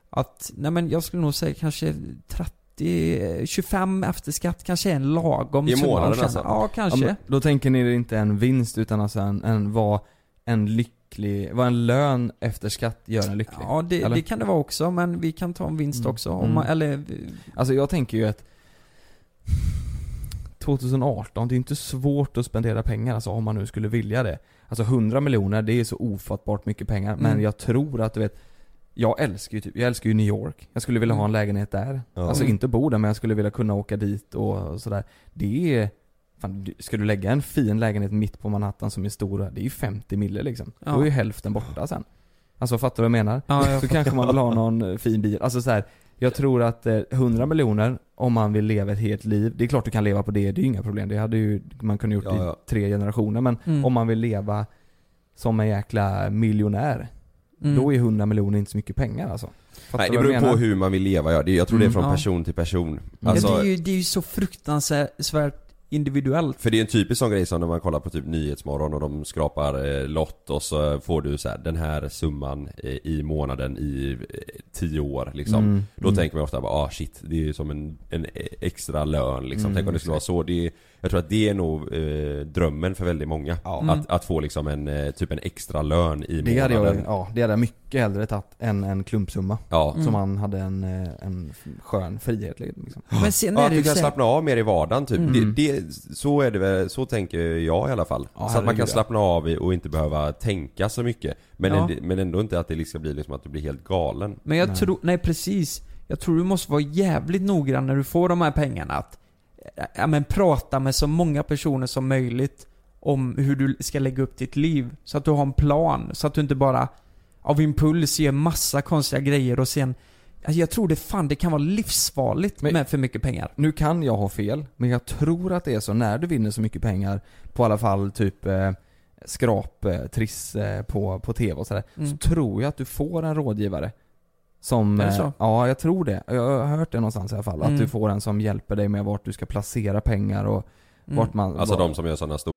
att, nej men jag skulle nog säga kanske 30, eh, 25 efter skatt kanske är en lagom
I
summa att
månaden
tjäna.
alltså?
Ja, kanske.
Ja, men då tänker ni er inte en vinst utan alltså en, en vad en lycklig, vad en lön efter skatt gör en lycklig.
Ja, det,
Eller?
det kan det vara också, men vi kan ta en vinst
Mm.
också. Om
Mm.
man, eller, eh,
Alltså jag tänker ju att 2018, det är inte svårt att spendera pengar alltså om man nu skulle vilja det. Alltså 100 miljoner, det är så ofattbart mycket pengar. Men
Mm.
jag tror att du vet, jag älskar ju typ, jag älskar ju New York. Jag skulle vilja ha en lägenhet där.
Ja.
Alltså
Mm.
inte bo där men jag skulle vilja kunna åka dit och sådär. Det är, fan du- ska du lägga en fin lägenhet mitt på Manhattan som är stor, det är ju 50 mille liksom.
Ja.
Då är ju hälften borta sen. Alltså fattar du vad jag menar?
ja, jag
Så kanske man vill ha någon eh, fin bil. Alltså så här, jag tror att eh, 100 miljoner om man vill leva ett helt liv. Det är klart du kan leva på det, det är ju inga problem. Det hade ju man kunnat gjort
Ja, ja.
i tre generationer. Men
Mm.
om man vill leva som en jäkla miljonär.
Mm.
Då är 100 miljoner inte så mycket pengar alltså. Fattar
Nej,
du
det
vad jag
beror på
menar?
hur man vill leva ja. det, Jag tror det är
Mm,
från
ja.
person till person.
Ja,
Alltså,
det, är ju, det är ju så fruktansvärt individuellt.
För det är en typisk sån grej som när man kollar på typ Nyhetsmorgon och de skrapar eh, lott och så får du så här, den här summan eh, i månaden i eh, tio år liksom.
Mm,
Då
mm.
tänker man ofta bara ah shit, det är ju som en, en e, extra lön liksom.
Mm,
Tänk om det skulle vara så. Det är, jag tror att det är nog eh, drömmen för väldigt många.
Ja.
Mm.
Att, att få liksom en, eh, typ en extra lön i
Det hade,
månaden.
jag, ja, det hade jag mycket hellre tagit än en klumpsumma.
Ja.
Mm.
Så man hade en, eh, en skön frihet liksom.
Men sen
Ja,
är
att
det
du
ju
kan
så här-
slappna av mer i vardagen typ.
Mm.
Det, det, så är det väl, så tänker jag i alla fall.
Ja,
så att man kan
herregud, ja.
slappna av i- och inte behöva tänka så mycket. Men,
Ja.
ändå, men ändå inte att det liksom blir liksom att du blir helt galen.
Men jag
Nej.
tror, nej precis. Jag tror du måste vara jävligt noggrann när du får de här pengarna att eh, ja, men prata med så många personer som möjligt om hur du ska lägga upp ditt liv. Så att du har en plan. Så att du inte bara av impuls gör massa konstiga grejer och sen alltså jag tror det fan det kan vara livsfarligt
Men-
med för mycket pengar.
Nu kan jag ha fel, men jag tror att det är så när du vinner så mycket pengar på alla fall typ eh, skrap, eh, triss eh, på, på tv och sådär.
Mm.
Så tror jag att du får en rådgivare. Som,
Är det
eh,
så?
Ja, jag tror det. Jag har hört det någonstans i alla fall.
Mm.
Att du får en som hjälper dig med vart du ska placera pengar och
Mm.
vart man...
Alltså
var-
de som gör sådana stora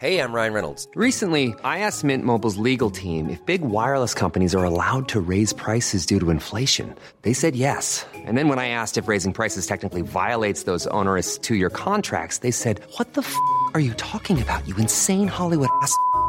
Hey, I'm Ryan Reynolds. Recently, I asked Mint Mobile's legal team if big wireless companies are allowed to raise prices due to inflation. They said yes. And then when I asked if raising prices technically violates those onerous two year contracts, they said, What the f are you talking about, you insane Hollywood ass? f- a-"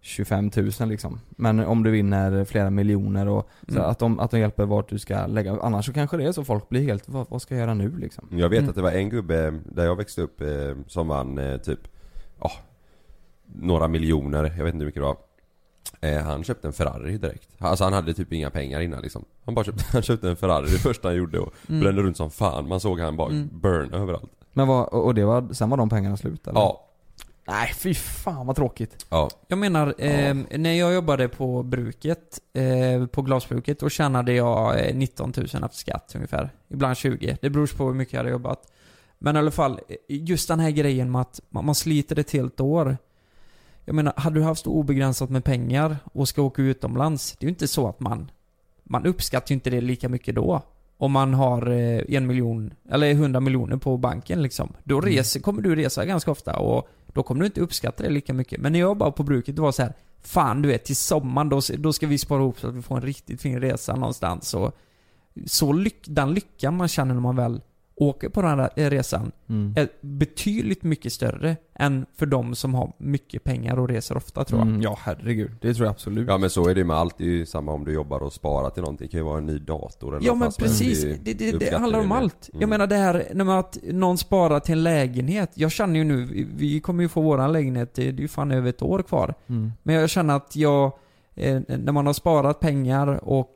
25 000 liksom. Men om du vinner flera miljoner och så
Mm.
att, de, att de hjälper vart du ska lägga. Annars så kanske det är så folk blir helt, vad, vad ska jag göra nu liksom?
Jag vet
Mm.
att det var en gubbe där jag växte upp eh, som vann eh, typ, ja, några miljoner, jag vet inte hur mycket det var. Eh, han köpte en Ferrari direkt. Alltså han hade typ inga pengar innan liksom. Han bara köpte, (laughs) han köpte en Ferrari det första han gjorde och
Mm.
brände runt som fan. Man såg han bara
Mm.
burn överallt.
Men vad, och och det var, sen var de pengarna slut eller?
Ja.
Nej fy fan vad tråkigt.
Ja.
Jag menar, eh, när jag jobbade på bruket, eh, på glasbruket, då tjänade jag eh, 19 000 efter skatt ungefär. Ibland 20. Det beror på hur mycket jag hade jobbat. Men i alla fall, eh, just den här grejen med att man, man sliter ett helt år. Jag menar, hade du haft obegränsat med pengar och ska åka utomlands, det är ju inte så att man... Man uppskattar ju inte det lika mycket då. Om man har eh, en miljon, eller 100 miljoner på banken liksom. Då reser, kommer du resa ganska ofta och då kommer du inte uppskatta det lika mycket. Men när jag bara på bruket, det var så här. Fan du vet, till sommaren då, då ska vi spara ihop så att vi får en riktigt fin resa någonstans. Och så lyck, den lyckan man känner när man väl åker på den här eh, resan är betydligt mycket större än för de som har mycket pengar och reser ofta tror jag.
Mm, ja herregud, det tror jag absolut.
ja men så är det ju med allt. Det är ju samma om du jobbar och sparar till någonting. Det kan ju vara en ny dator eller
Ja
vad
men
fan som helst.
precis,
är ju-
det, det, det
uppskattar
handlar
ju
om
mer.
allt.
Mm.
Jag menar det här när man, att någon sparar till en lägenhet. Jag känner ju nu, vi- vi kommer ju få våran lägenhet, det det är ju fan över ett år kvar.
Mm.
Men jag känner att jag, eh, när man har sparat pengar och...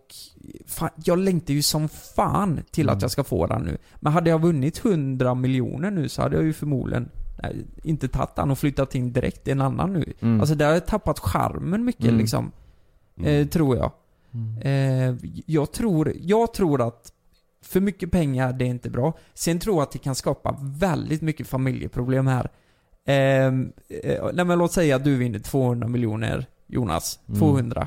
Fan, jag längtar ju som fan till
Mm.
att jag ska få den nu. Men hade jag vunnit 100 miljoner nu så hade jag ju förmodligen eh, inte tagit den och flyttat in direkt till en annan nu.
Mm.
Alltså där har jag tappat charmen mycket
Mm.
liksom,
Mm.
eh, tror jag.
Mm.
Eh, jag, tror, jag tror att för mycket pengar, det är inte bra. Sen tror jag att det kan skapa väldigt mycket familjeproblem här. Eh, eh, nej men låt säga att du vinner 200 miljoner, Jonas.
Mm.
200.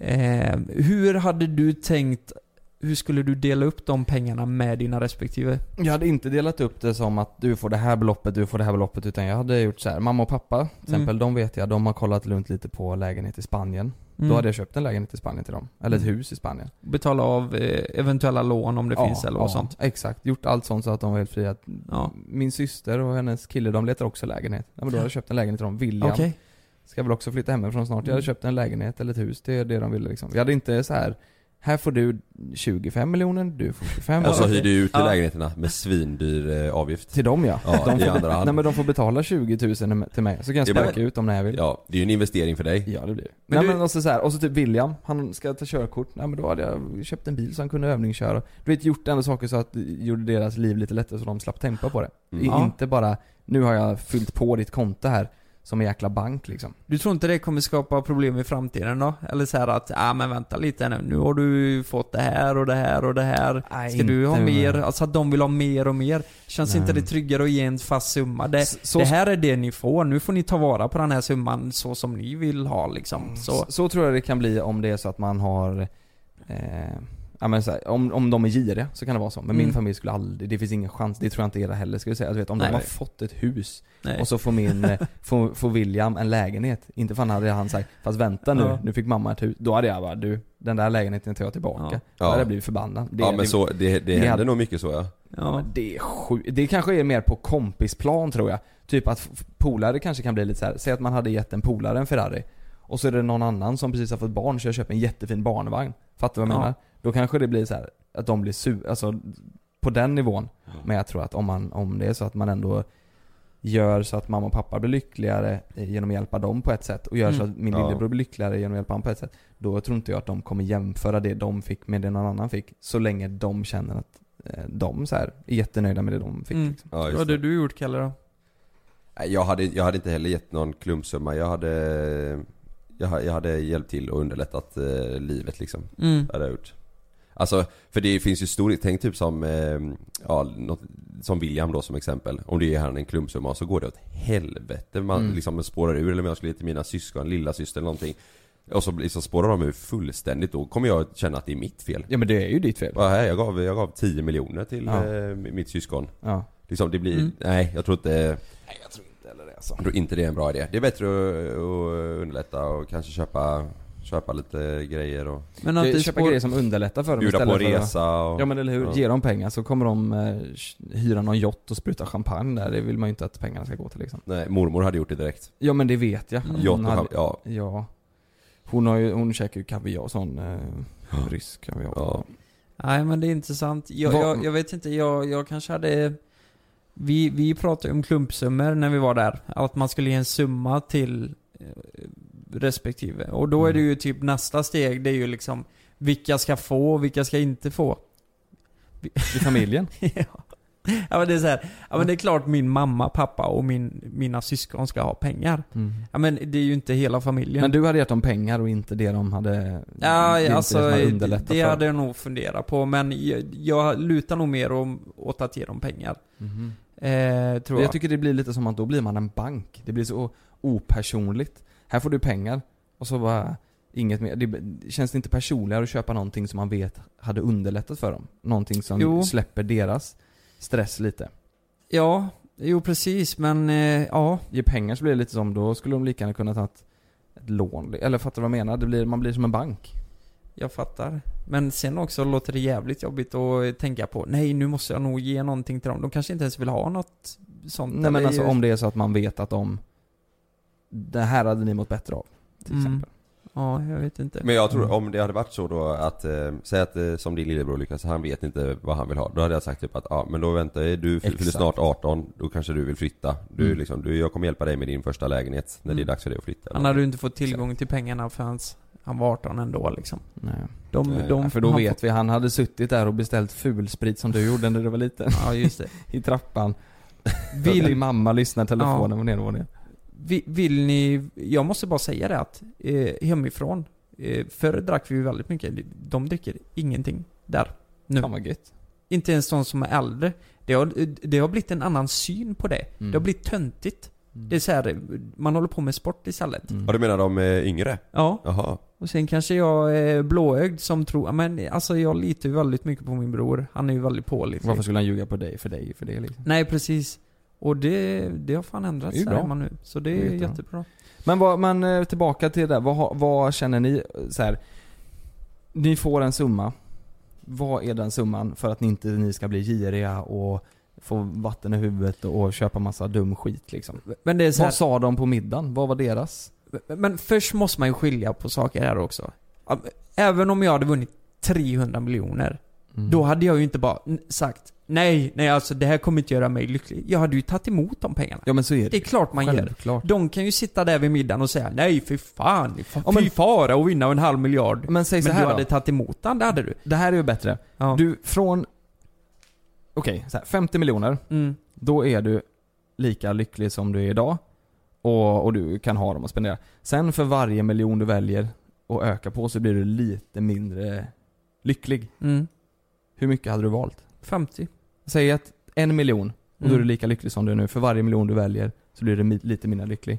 Eh, hur hade du tänkt, hur skulle du dela upp de pengarna med dina respektive?
Jag hade inte delat upp det som att du får det här beloppet, du får det här beloppet utan jag hade gjort så här. mamma och pappa till exempel, de vet jag, de har kollat runt lite på lägenhet i Spanien. Då hade jag köpt en lägenhet i Spanien till dem. Eller ett
Mm.
hus i Spanien.
Betala av eh, eventuella lån om det finns eller något sånt.
exakt. Gjort allt sånt så att de var helt fria.
Ja.
Min syster och hennes kille, de letar också lägenhet. Ja, men då har jag köpt en lägenhet till dem. William
Okej.
ska väl också flytta hemifrån snart. Jag
Mm.
hade köpt en lägenhet eller ett hus, det är det de ville liksom. Jag hade inte så här. här får du 25 miljoner, du får 25
Och så
miljoner."
hyr Alltså, du ut i
Ja.
lägenheterna med svindyr eh, avgift.
Till dem ja.
Ja,
de,
i
får,
andra hand.
nej, men de får betala 20 000 till mig, så kan jag
Det är bara-
sparka ut dem när jag vill.
Ja, det är ju en investering för dig.
Ja det blir det.
Men
Nej
du-
men och så, så här, och så typ William, han ska ta körkort. Nej men då hade jag köpt en bil så han kunde övningsköra. Du vet gjort ändå saker så att det gjorde deras liv lite lättare så de slapp tempa på det.
Mm.
I-
Ja.
Inte bara, nu har jag fyllt på ditt konto här. som en jäkla bank liksom.
Du tror inte det kommer skapa problem i framtiden då? Eller så här att, ja ah, men vänta lite nu, nu har du fått det här och det här och det här.
Nej,
Ska du ha
inte.
mer? Alltså att de vill ha mer och mer. Känns inte det tryggare att ge en fast summa? Det,
S- så-
det här är det ni får, nu får ni ta vara på den här summan så som ni vill ha liksom. Så,
Så, så tror jag det kan bli om det är så att man har eh, ja, men så här, om, om de är giriga så kan det vara så. Men min
Mm.
familj skulle aldrig, det finns ingen chans, det tror jag inte era heller ska vi säga. Du vet, om
Nej.
de har fått ett hus
nej.
och så får min, eh, får, får William en lägenhet. Inte fan hade han sagt, fast vänta nu,
Ja.
nu fick mamma ett hus. Då hade jag bara, du den där lägenheten tar jag tillbaka.
Ja.
Då hade
Ja.
jag blivit förbannad. Det,
ja men
det,
så, det, det händer
hade-
nog mycket så ja.
ja.
Det är sju, det kanske är mer på kompisplan tror jag. Typ att f- polare kanske kan bli lite så här. säg att man hade gett en polare en Ferrari. Och så är det någon annan som precis har fått barn så jag köper en jättefin barnvagn. Fattar du vad
Ja.
jag menar? Då kanske det blir så här att de blir sur, alltså på den nivån.
Mm.
Men jag tror att om, man, om det är så att man ändå gör så att mamma och pappa blir lyckligare eh, genom att hjälpa dem på ett sätt och gör så
Mm.
att min
Ja.
lillebror blir lyckligare genom att hjälpa honom på ett sätt. Då tror inte jag att de kommer jämföra det de fick med det någon annan fick. Så länge de känner att eh, de så här är jättenöjda med det de fick.
Mm.
Liksom.
ja
Vad
just
hade
det.
du gjort Kalle då?
Nej, Jag, hade, jag hade inte heller gett någon klumpsumma. Jag hade, jag, ha- jag hade hjälpt till och underlättat eh, livet liksom.
Mm.
Det hade jag gjort. Alltså, för det finns ju stor, tänk typ som, eh, ja, något, som William då som exempel. Om du ger han en klumpsumma så går det åt helvete. Man
Mm.
liksom spårar ur, eller om jag skulle ge till mina syskon, lilla syster eller någonting. Och så liksom spårar de ur fullständigt, då kommer jag känna att det är mitt fel.
Ja men det är ju ditt fel.
Vad här, jag gav, jag gav 10 miljoner till
Ja.
eh, mitt syskon.
Ja.
Liksom det blir,
Mm.
nej jag tror inte
Nej jag tror inte heller det alltså.
jag tror inte det är en bra idé. Det är bättre att, att underlätta och kanske köpa, köpa lite grejer och
Men att
Du,
det
Eh, köpa
spår-
grejer som underlättar för dem
bjuda på
istället
en
för att-
resa och...
Ja men eller hur,
Ja.
ge dem pengar så kommer de eh, hyra någon yacht och spruta champagne där. Det vill man ju inte att pengarna ska gå till liksom.
Nej, mormor hade gjort det direkt.
Ja men det vet jag. Mm, Hon
Mm. Yacht och
hade-
cham- ja.
Ja. Hon, har ju, hon käkar ju kaviar och sån eh, rysk kaviar.
Ja.
Nej men det är intressant. Jag,
Vad-
jag, jag vet inte, jag, jag kanske hade... Vi, vi pratade om klumpsummor när vi var där. Att man skulle ge en summa till eh, respektive. Och då är
Mm.
det ju typ nästa steg, det är ju liksom vilka ska få och vilka ska inte få. (laughs)
I familjen.
ja. ja men det är så här. ja men det är klart min mamma, pappa och min, mina syskon ska ha pengar. Ja men det är ju inte hela familjen.
Men du hade gett dem pengar och inte det de hade... det är
Ja,
inte
alltså
det som har
det,
underlättat
det
för
hade jag nog funderat på men jag, jag lutar nog mer om, åt att ge dem pengar.
Mhm.
Eh, tror jag.
Jag tycker det blir lite som att då blir man en bank. Det blir så opersonligt. Här får du pengar och så bara inget mer. Det känns det inte personligare att köpa någonting som man vet hade underlättat för dem? Någonting som
Jo.
släpper deras stress lite.
Ja, jo precis men eh, ja.
Ge pengar så blir det lite som, då skulle de lika gärna kunna ta ett, ett lån. Eller fattar du vad jag menar? Det blir, man blir som en bank.
Jag fattar. Men sen också låter det jävligt jobbigt att tänka på, nej nu måste jag nog ge någonting till dem. De kanske inte ens vill ha något sånt.
Nej men
eller-
alltså om det är så att man vet att de, det här hade ni mått bättre av. Till
Mm.
exempel.
Ja, jag vet inte.
Men jag tror om det hade varit så då att, eh, säg att eh, som din lillebror Lukas, han vet inte vad han vill ha. Då hade jag sagt typ att, ja ah, men då väntar jag, du fyller
Exakt.
snart 18, då kanske du vill flytta. Du,
Mm.
liksom, du, jag kommer hjälpa dig med din första lägenhet när
Mm.
det är dags för dig att flytta.
Han hade ju inte fått tillgång till pengarna förrän han var 18 ändå liksom.
Nej.
De,
Nej,
de,
Ja, för då
han
vet vi, han hade suttit där och beställt fulsprit som du gjorde när du var liten.
Får, ja just det.
I trappan. Vill
Vill
din mamma lyssna i telefonen
Ja.
på nedervåningen.
Vi- Vill ni, jag måste bara säga det att eh, hemifrån, eh, förr drack vi ju väldigt mycket, de dricker ingenning där. Nu.
Fan vad gött.
Inte ens de som är äldre. Det har, det har blivit en annan syn på det.
Mm.
Det har blivit töntigt. Det är så här, man håller på med sport istället.
Mm.
Ja du menar de eh, yngre?
Ja,
Jaha.
och sen kanske jag är blåögd som tror, ja, men alltså jag litar ju väldigt mycket på min bror. Han är ju väldigt pålitlig.
Varför skulle han ljuga på dig för dig för det liksom?
Nej precis. Och det, det har fan
Det är
ändrats
ju
där
bra.
hemma nu. Så det
Det är
är
jättebra.
jättebra.
Men, vad, men eh, tillbaka till det där, vad, har- vad känner ni eh, så här? Ni får en summa. Vad är den summan för att ni inte ni ska bli giriga och få vatten i huvudet och köpa massa dum skit liksom?
Men det är så här,
Vad sa de på middagen? Vad var deras?
Men först måste man ju skilja på saker här också. Även om jag hade vunnit 300 miljoner,
Mm.
då hade jag ju inte bara n- sagt Nej, nej alltså det här kommer inte göra mig lycklig. Jag hade ju tagit emot de pengarna.
Ja men så är
Det är
det.
klart man gör.
Självklart.
De kan ju sitta där vid middagen och säga Nej för fan, fy
Ja, men-
fara och vinna en halv miljard. Men,
Men säg så här
du
då.
hade tagit emot den, det hade du.
Det här är ju bättre.
Ja.
Du, från... Okej, så här, 50 miljoner.
Mm.
Då är du lika lycklig som du är idag. Och, och du kan ha dem och spendera. Sen för varje miljon du väljer att öka på så blir du lite mindre lycklig.
Mm.
Hur mycket hade du valt?
50.
Säg att en miljon, och då är
Mm.
du lika lycklig som du är nu. För varje miljon du väljer så blir du mi- lite mindre lycklig.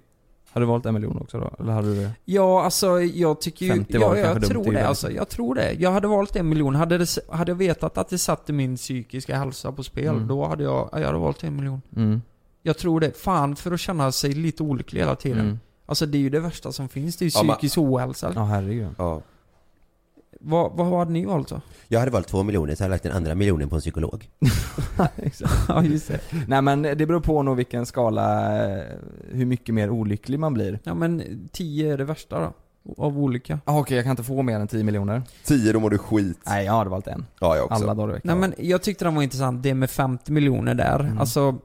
Hade du valt en miljon också då? Eller hade du...
Ja, alltså jag tycker ju...
50
50
var
var
det
ja, jag
kanske dumt i
tror
och för
det.
sig.
Alltså, jag tror det. Jag hade valt en miljon. Hade, det, s- hade jag vetat att det satte min psykiska hälsa på spel,
Mm.
då hade jag... ja, Jag hade valt en miljon.
Mm.
Jag tror det. Fan, för att känna sig lite olycklig hela tiden.
Mm.
Alltså det är ju det värsta som finns. Det är ju
Ja, men-
psykisk ohälsa.
Ja herregud.
Ja.
Vad, vad hade ni valt då?
Jag hade valt två miljoner så hade jag lagt den andra miljonen på en psykolog.
(laughs)
(laughs)
ja, just det.
Nej men det beror på nog vilken skala, eh, hur mycket mer olycklig man blir.
Ja men 10 är det värsta då. Av olika.
Ah, Okej, jag kan inte få mer än 10 miljoner.
10 då mår du skit.
Nej, jag hade valt en.
Ja, jag också.
Alla dagar i veckan.
Nej men jag tyckte den var intressant, det med 50 miljoner där.
Mm.
Alltså,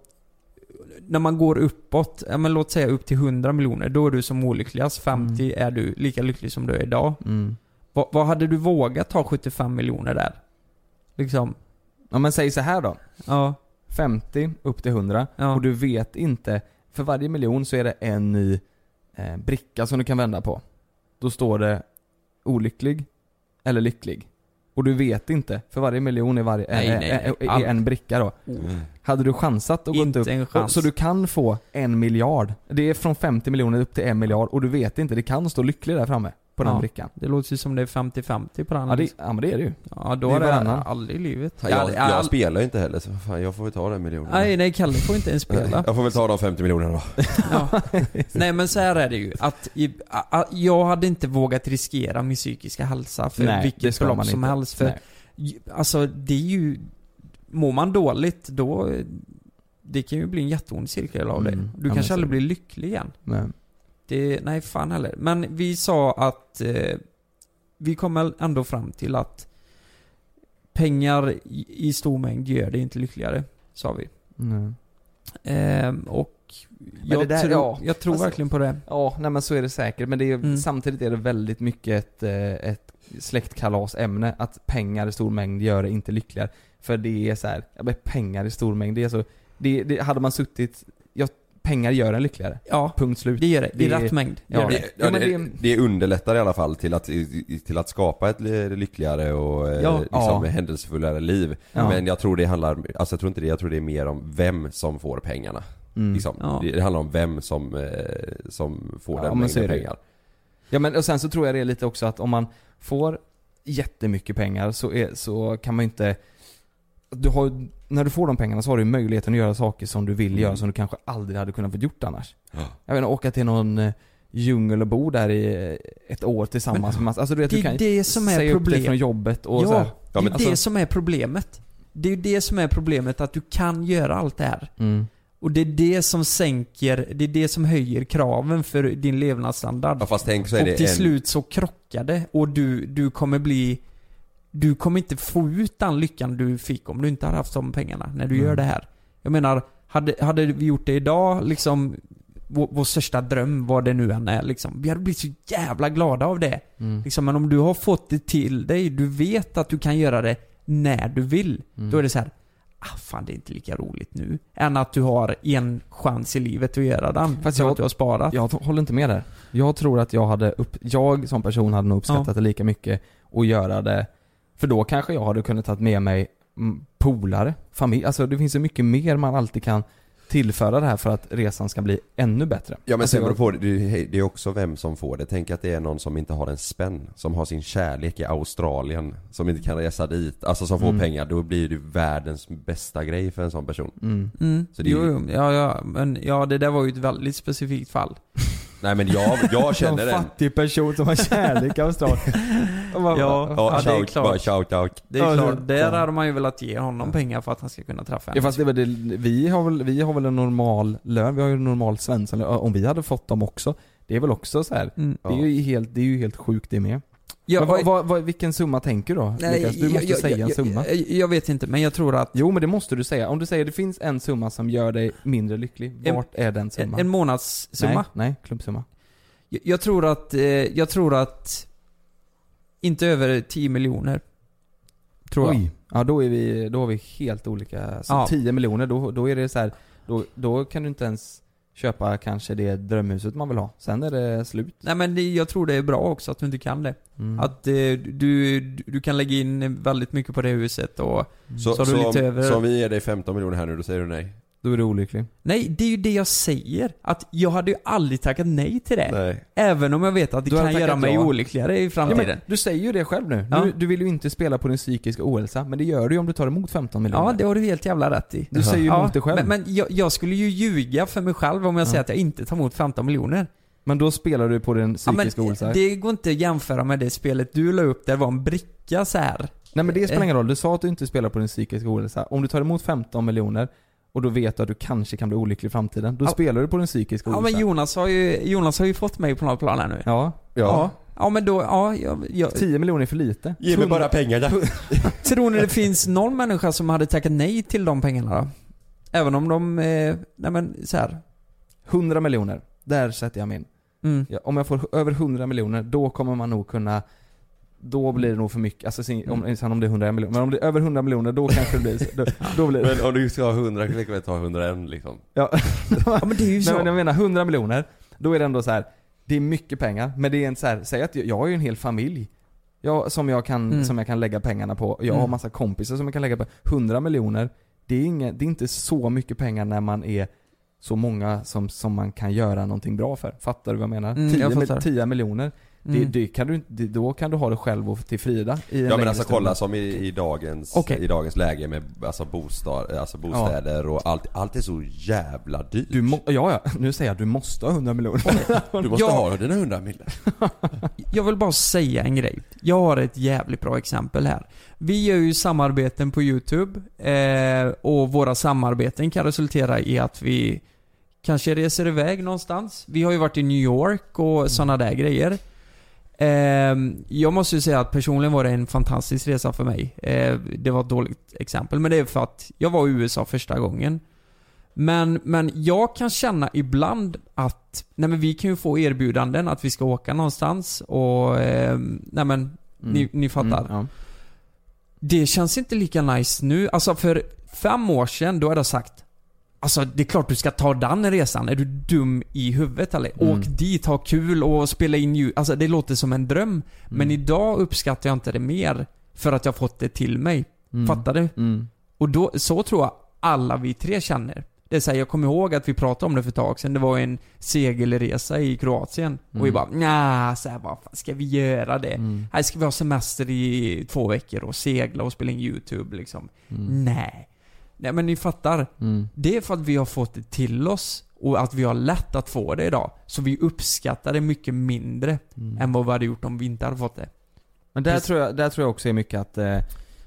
när man går uppåt, ja, men låt säga upp till 100 miljoner, då är du som olyckligast. 50 är du lika lycklig som du är idag.
Mm.
Vad- vad hade du vågat ta 75 miljoner där? Liksom,
Ja men säg så här då.
ja.
50 upp till 100
Ja.
och du vet inte, för varje miljon så är det en ny eh, bricka som du kan vända på. Då står det olycklig eller lycklig. Och du vet inte, för varje miljon är, varje,
Nej,
eh,
nej,
eh,
nej.
eh, är
Allt.
en bricka då.
Mm.
Hade du chansat och gått
Inte
upp,
en chans.
så du kan få en miljard. Det är från 50 miljoner upp till en miljard och du vet inte, det kan stå lycklig där framme på den
Ja.
brickan.
Det låter ju som det är 50-50 på den. liksom.
Ja, det, ja men det är det ju.
ja då
det är
har det
varannan.
aldrig i livet.
Jag,
Ja,
jag,
ja, all-
spelar ju inte heller så fan, jag får väl ta den miljonen.
Nej, nej Kalle får inte
(laughs)
ens
(laughs)
spela.
Jag får väl ta de 50 miljonerna då.
Ja. Nej men så här är det ju, att i, a, a, jag hade inte vågat riskera min psykiska hälsa för
Nej, det
vilket
ska man
belopp som
inte.
helst. För
Nej.
ju- alltså det är ju, mår man dåligt då, eh, det kan ju bli en jätteond cirkel av
Mm.
det.
Ja,
Du
men så
kanske
är
aldrig
det.
blir lycklig igen.
Men,
Det, nej fan heller. Men vi sa att eh, vi kommer ändå fram till att pengar i, i stor mängd gör det inte lyckligare, sa vi.
nej.
Ehm, och
det
jag,
där-
tror-
ja,
jag tror
alltså-
verkligen på det.
Ja, nej men så är det säkert. Men det är,
Mm.
samtidigt är det väldigt mycket ett, eh, ett släktkalasämne. Att pengar i stor mängd gör det inte lyckligare. För det är så här, ja, men pengar i stor mängd, det är så... Det, det, hade man suttit... Ja, pengar gör en lyckligare.
Ja,
Punkt slut.
det gör det. I
Det-
rätt mängd.
ja,
Gör det.
Det,
Ja,
ja,
men
det,
det-
det underlättar i alla fall till att, i- i- till att skapa ett li- lyckligare och eh,
Ja.
liksom,
Ja.
händelsefullare liv.
Ja.
Men jag tror det handlar, alltså jag tror inte det, jag tror det är mer om vem som får pengarna.
Mm.
Liksom.
Ja.
Det, det handlar om vem som, eh, som får
Ja,
den
men så är
mängden
det ju.
pengar.
Ja men och sen så tror jag det är lite också att om man får jättemycket pengar så, är, så kan man inte... Du har, när du får de pengarna så har du ju möjligheten att göra saker som du vill
Mm.
göra som du kanske aldrig hade kunnat få gjort annars.
Ja.
Jag menar åka till någon eh, djungel och bo där i eh, ett år tillsammans med massa... Alltså du vet,
det
du
är
kan ju
det som är
säga upp dig
problemet.
från jobbet och
Ja.
så här.
Ja,
det är
men,
det
alltså-
som är problemet. Det är ju det som är problemet, att du kan göra allt det här.
Mm.
Och det är det som sänker, det är det som höjer kraven för din levnadsstandard.
ja, fast tänk så är
och
det
till
en,
slut så krockar det och du, du kommer bli... Du kommer inte få ut den lyckan du fick om du inte hade haft de pengarna när du
Mm.
gör det här. Jag menar, hade, hade vi gjort det idag, liksom vår, vår största dröm, vad det nu än är liksom. Vi hade blivit så jävla glada av det.
Mm.
Liksom, men om du har fått det till dig, du vet att du kan göra det när du vill.
Mm.
Då är det så här. Ah, fan det är inte lika roligt nu. Än att du har en chans i livet att göra den.
Fast
Fast jag,
jag-
att du har sparat.
Jag t- håller inte med där. Jag tror att jag hade upp, jag som person hade nog uppskattat
Ja.
det lika mycket och göra det, för då kanske jag hade kunnat tagit med mig mm, polare, familj, alltså det finns så mycket mer man alltid kan tillföra det här för att resan ska bli ännu bättre.
Ja men
alltså,
sen beror
jag,
det på, det det är också vem som får det. Tänk att det är någon som inte har en spänn, som har sin kärlek i Australien, som inte kan resa dit, alltså som får
Mm.
pengar. Då blir det världens bästa grej för en sån person.
mm.
Mm.
Så det är
jo,
ju-
jo, ja, ja, men ja, det där var ju ett väldigt specifikt fall.
Nej men jag, jag
(laughs)
En
känner den.
fattig person som har kärlek i Australien. Och bara-
Ja.
Ja,
det är
shout,
klart.
bara shout out.
Det är
Ja,
klart,
det-
där hade man ju velat ge honom pengar för att han ska kunna träffa henne.
(laughs) Ja, fast det är väl det, vi, har väl, vi har väl en normal lön, vi har ju en normal svensk, om vi hade fått dem också, det är väl också så här.
Mm.
Det, är ju helt, det är ju helt sjukt det med.
Ja,
men
vad-
vad, vad, vad, vilken summa tänker du då?
nej,
Lukas? Du måste säga en summa.
Jag, jag vet inte, men jag tror att
Jo men det måste du säga. Om du säger det finns en summa som gör dig mindre lycklig,
En-
vart är den
en,
summan?
en månadssumma.
Nej, nej klumpsumma.
Jag, jag tror att, eh, jag tror att inte över 10 miljoner. Tror jag.
Oj. Ja då är vi, då har vi helt olika. Så
Ja.
10 miljoner, då, då är det så här, då, då kan du inte ens köpa kanske det drömhuset man vill ha. Sen är det slut.
Nej men det, jag tror det är bra också att du inte kan det.
Mm.
Att eh, du, du kan lägga in väldigt mycket på det huset och...
Så,
Mm. Så har du
så,
lite
om,
över-
så om vi ger dig 15 miljoner här nu, då säger du nej?
Då är du olycklig.
Nej, det är ju det jag säger. Att jag hade ju aldrig tackat nej till det.
Nej.
Även om jag vet att det
Du hade
kan göra
tackat
mig
ja.
olyckligare i
Ja,
framtiden.
men, du säger ju det själv nu.
Ja.
Du, du vill ju inte spela på din psykiska ohälsa, men det gör du ju om du tar emot 15 miljoner.
Ja, det har du helt jävla rätt i.
Du säger ju
ja,
emot dig själv.
Men, men jag, jag skulle ju ljuga för mig själv om jag
Ja.
säger att jag inte tar emot 15 miljoner.
Men då spelar du på din
Ja, men,
psykiska ohälsa.
det går inte att jämföra med det spelet du la upp där det var en bricka så här.
Nej men det spelar ingen roll, du sa att du inte spelar på din psykiska ohälsa. Om du tar emot 15 miljoner och då vet du att du kanske kan bli olycklig i framtiden, då
Ja.
spelar du på din psykiska
Ja
ohälsa.
men Jonas har ju, Jonas har ju fått mig på något plan här nu.
Ja. Typ.
Ja, ja men då, ja, jag, jag,
10 miljoner är för lite.
Ge mig bara
(laughs)
pengarna.
tror ni det finns någon människa som hade tackat nej till de pengarna då? Även om de, eh, nej men så här.
100 miljoner, där sätter jag min.
Mm.
Ja, om jag får över 100 miljoner, då kommer man nog kunna då blir det nog för mycket, alltså sen om, sen om det är 100 miljoner, men om det är över 100 miljoner då kanske det blir, då, då blir
(laughs)
det,
Men om du ska ha 100 kan du lika väl ta 101 liksom.
ja.
Ja men det är ju
Nej, men jag
så.
menar 100 miljoner, då är det ändå så här. det är mycket pengar, men det är en så här, säg att jag, jag har ju en hel familj jag, som, jag kan,
Mm.
som jag kan lägga pengarna på, jag har
Mm.
massa kompisar som jag kan lägga på. 100 miljoner, det är, inga, det är inte så mycket pengar när man är så många som, som man kan göra någonting bra för. Fattar du vad jag menar?
Mm,
10,
jag
mil-
fattar.
10 miljoner, det,
Mm.
det kan du, inte- det, då kan du ha det själv och till Frida i en
Ja men
längre
alltså
stund.
kolla som i, i, dagens,
Okej.
i dagens läge med alltså, bostad, alltså bostäder och allt. Allt är så jävla dyrt.
Du må, ja, ja, nu säger jag du måste ha 100 miljoner.
Du måste
Ja.
ha dina 100 miljoner.
Jag vill bara säga en grej. Jag har ett jävligt bra exempel här. Vi gör ju samarbeten på YouTube eh, och våra samarbeten kan resultera i att vi kanske reser iväg någonstans. Vi har ju varit i New York och
Mm.
sådana där grejer. Ehm, jag måste ju säga att personligen var det en fantastisk resa för mig. Eh, det var ett dåligt exempel, men det är för att jag var i USA första gången. Men, men jag kan känna ibland att, nej men vi kan ju få erbjudanden att vi ska åka någonstans och, eh, nej men, ni, ni fattar.
Mm, ja.
Det känns inte lika nice nu. Alltså för fem år sedan, då hade jag sagt Alltså det är klart du ska ta den resan. Är du dum i huvudet eller?
Mm.
Åk dit, ha kul och spela in ljud. Alltså det låter som en dröm. Men
Mm.
idag uppskattar jag inte det mer. För att jag fått det till mig.
Mm.
Fattar du?
Mm.
Och då, så tror jag alla vi tre känner. Det är så här, jag kommer ihåg att vi pratade om det för ett tag sedan. Det var en segelresa i Kroatien. Och vi bara nja, så här, vad fan ska vi göra det?
Mm.
Här ska vi ha semester i två veckor och segla och spela in YouTube liksom. Nej. Nej men ni fattar.
Mm.
Det är för att vi har fått det till oss och att vi har lätt att få det idag. Så vi uppskattar det mycket mindre
Mm.
än vad vi hade gjort om vi inte hade fått det.
Men där
Precis.
tror, jag, där tror jag också är mycket att eh,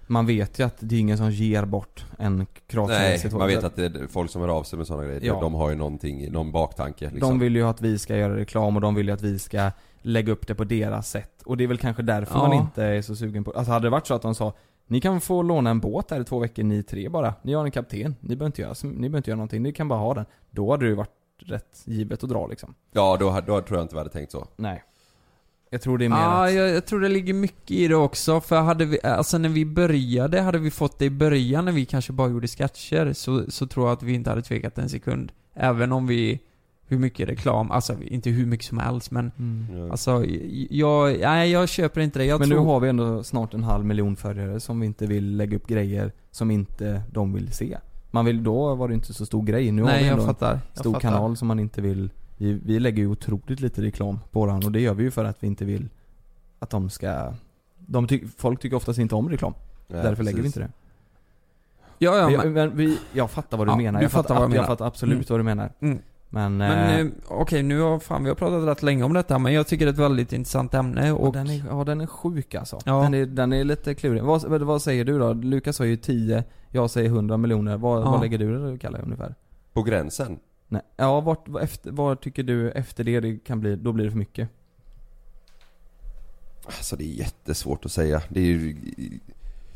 man vet ju att det är ingen som ger bort en
Nej,
kroatiensitt
man vet att det är folk som hör av sig med sådana grejer,
Ja.
de har ju någonting, någon baktanke liksom.
De vill ju att vi ska göra reklam och de vill ju att vi ska lägga upp det på deras sätt. Och det är väl kanske därför
Ja.
man inte är så sugen på Alltså hade det varit så att de sa Ni kan få låna en båt här i två veckor, ni tre bara. Ni har en kapten, ni behöver inte göra, så- ni behöver inte göra någonting, ni kan bara ha den. Då hade det ju varit rätt givet att dra liksom.
Ja, då, hade- då tror jag inte vi hade tänkt så.
Nej. Jag tror det är mer
Ah,
Ja,
att...
jag, jag tror det ligger mycket i det också. För hade vi, alltså när vi började, hade vi fått det i början när vi kanske bara gjorde sketcher, så, så tror jag att vi inte hade tvekat en sekund. Även om vi, hur mycket reklam, alltså inte hur mycket som helst men
Mm.
Ja.
alltså jag, nej jag köper inte det. Jag
Men
tror,
nu har vi ändå snart en halv miljon följare som vi inte vill lägga upp grejer som inte de vill se. Man vill, då var det inte så stor grej. Nu har
nej
vi ändå
jag
en
fattar. Jag
stor
fattar.
kanal som man inte vill vi, vi lägger ju otroligt lite reklam på våran och det gör vi ju för att vi inte vill att de ska de ty, Folk tycker oftast inte om reklam.
Nej,
därför lägger vi
precis.
inte det.
Ja, ja,
men,
men,
jag, men vi, jag fattar vad du
Ja,
menar.
du
Jag
fattar vad jag menar.
Jag fattar absolut vad du menar.
Mm.
Men, eh,
men eh, okej nu har fan vi har pratat rätt länge om detta men jag tycker det är ett väldigt intressant ämne
och
och
den, är, ja, den är sjuk alltså.
Ja.
Den, är, den är lite klurig. Vad, vad- vad säger du då? Lukas har ju 10, jag säger 100 miljoner. Vad,
Ja.
vad lägger du det Kalle ungefär?
På gränsen?
Nej. Ja, vart, vad, efter, vad tycker du efter det, det kan bli, då blir det för mycket?
Alltså det är jättesvårt att säga. Det är ju...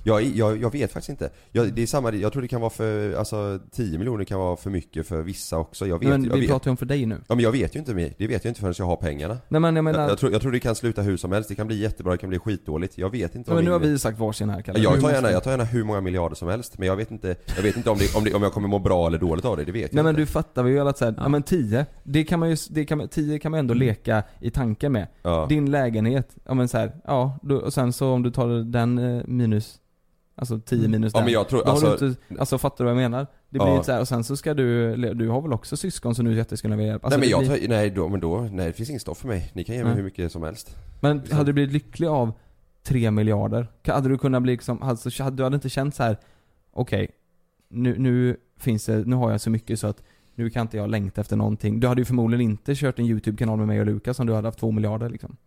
Jag, jag, jag vet faktiskt inte. Jag, det är samma, jag tror det kan vara för, alltså 10 miljoner kan vara för mycket för vissa också. Jag vet,
Men
jag
vi
vet,
pratar ju om för dig nu.
ja, men jag vet ju inte mer. Det vet jag inte förrän jag har pengarna.
Nej men jag menar,
Jag, jag, tror, jag tror det kan sluta hur som helst. Det kan bli jättebra, det kan bli skitdåligt. Jag vet inte
Ja, men nu har
min-
vi sagt varsin här Kalle.
jag
Nu
tar,
måste-
gärna, jag tar gärna hur många miljarder som helst men jag vet inte, jag vet inte om, det, om, det, om jag kommer må bra eller dåligt av det, det vet
Nej
jag
men
inte.
du fattar väl att såhär, ja. men 10, det kan man ju, det kan, man- 10 kan man ändå leka i tanken med.
Ja.
Din lägenhet, ja men såhär, ja, du, och sen så om du tar den eh, minus, alltså 10 minus
Mm. Ja,
den.
men jag tror-
då har
alltså-
du inte, alltså fattar du vad jag menar? Det blir
Ja.
inte såhär, och sen så ska du, le- du har väl också syskon som du jätteskulle vill hjälpa? Alltså,
nej men jag
det blir,
tar, nej då, men då, nej det finns inget stopp för mig. Ni kan ge mig
Nej.
hur mycket som helst.
Men hade du blivit lycklig av 3 miljarder? Ka- Hade du kunnat bli liksom, alltså, hade- du hade inte känt så här. okej, nu, nu finns det, nu har jag så mycket så att nu kan inte jag längta efter någonting. Du hade ju förmodligen inte kört en YouTube-kanal med mig och Lukas om du hade haft 2
(laughs)
miljarder liksom.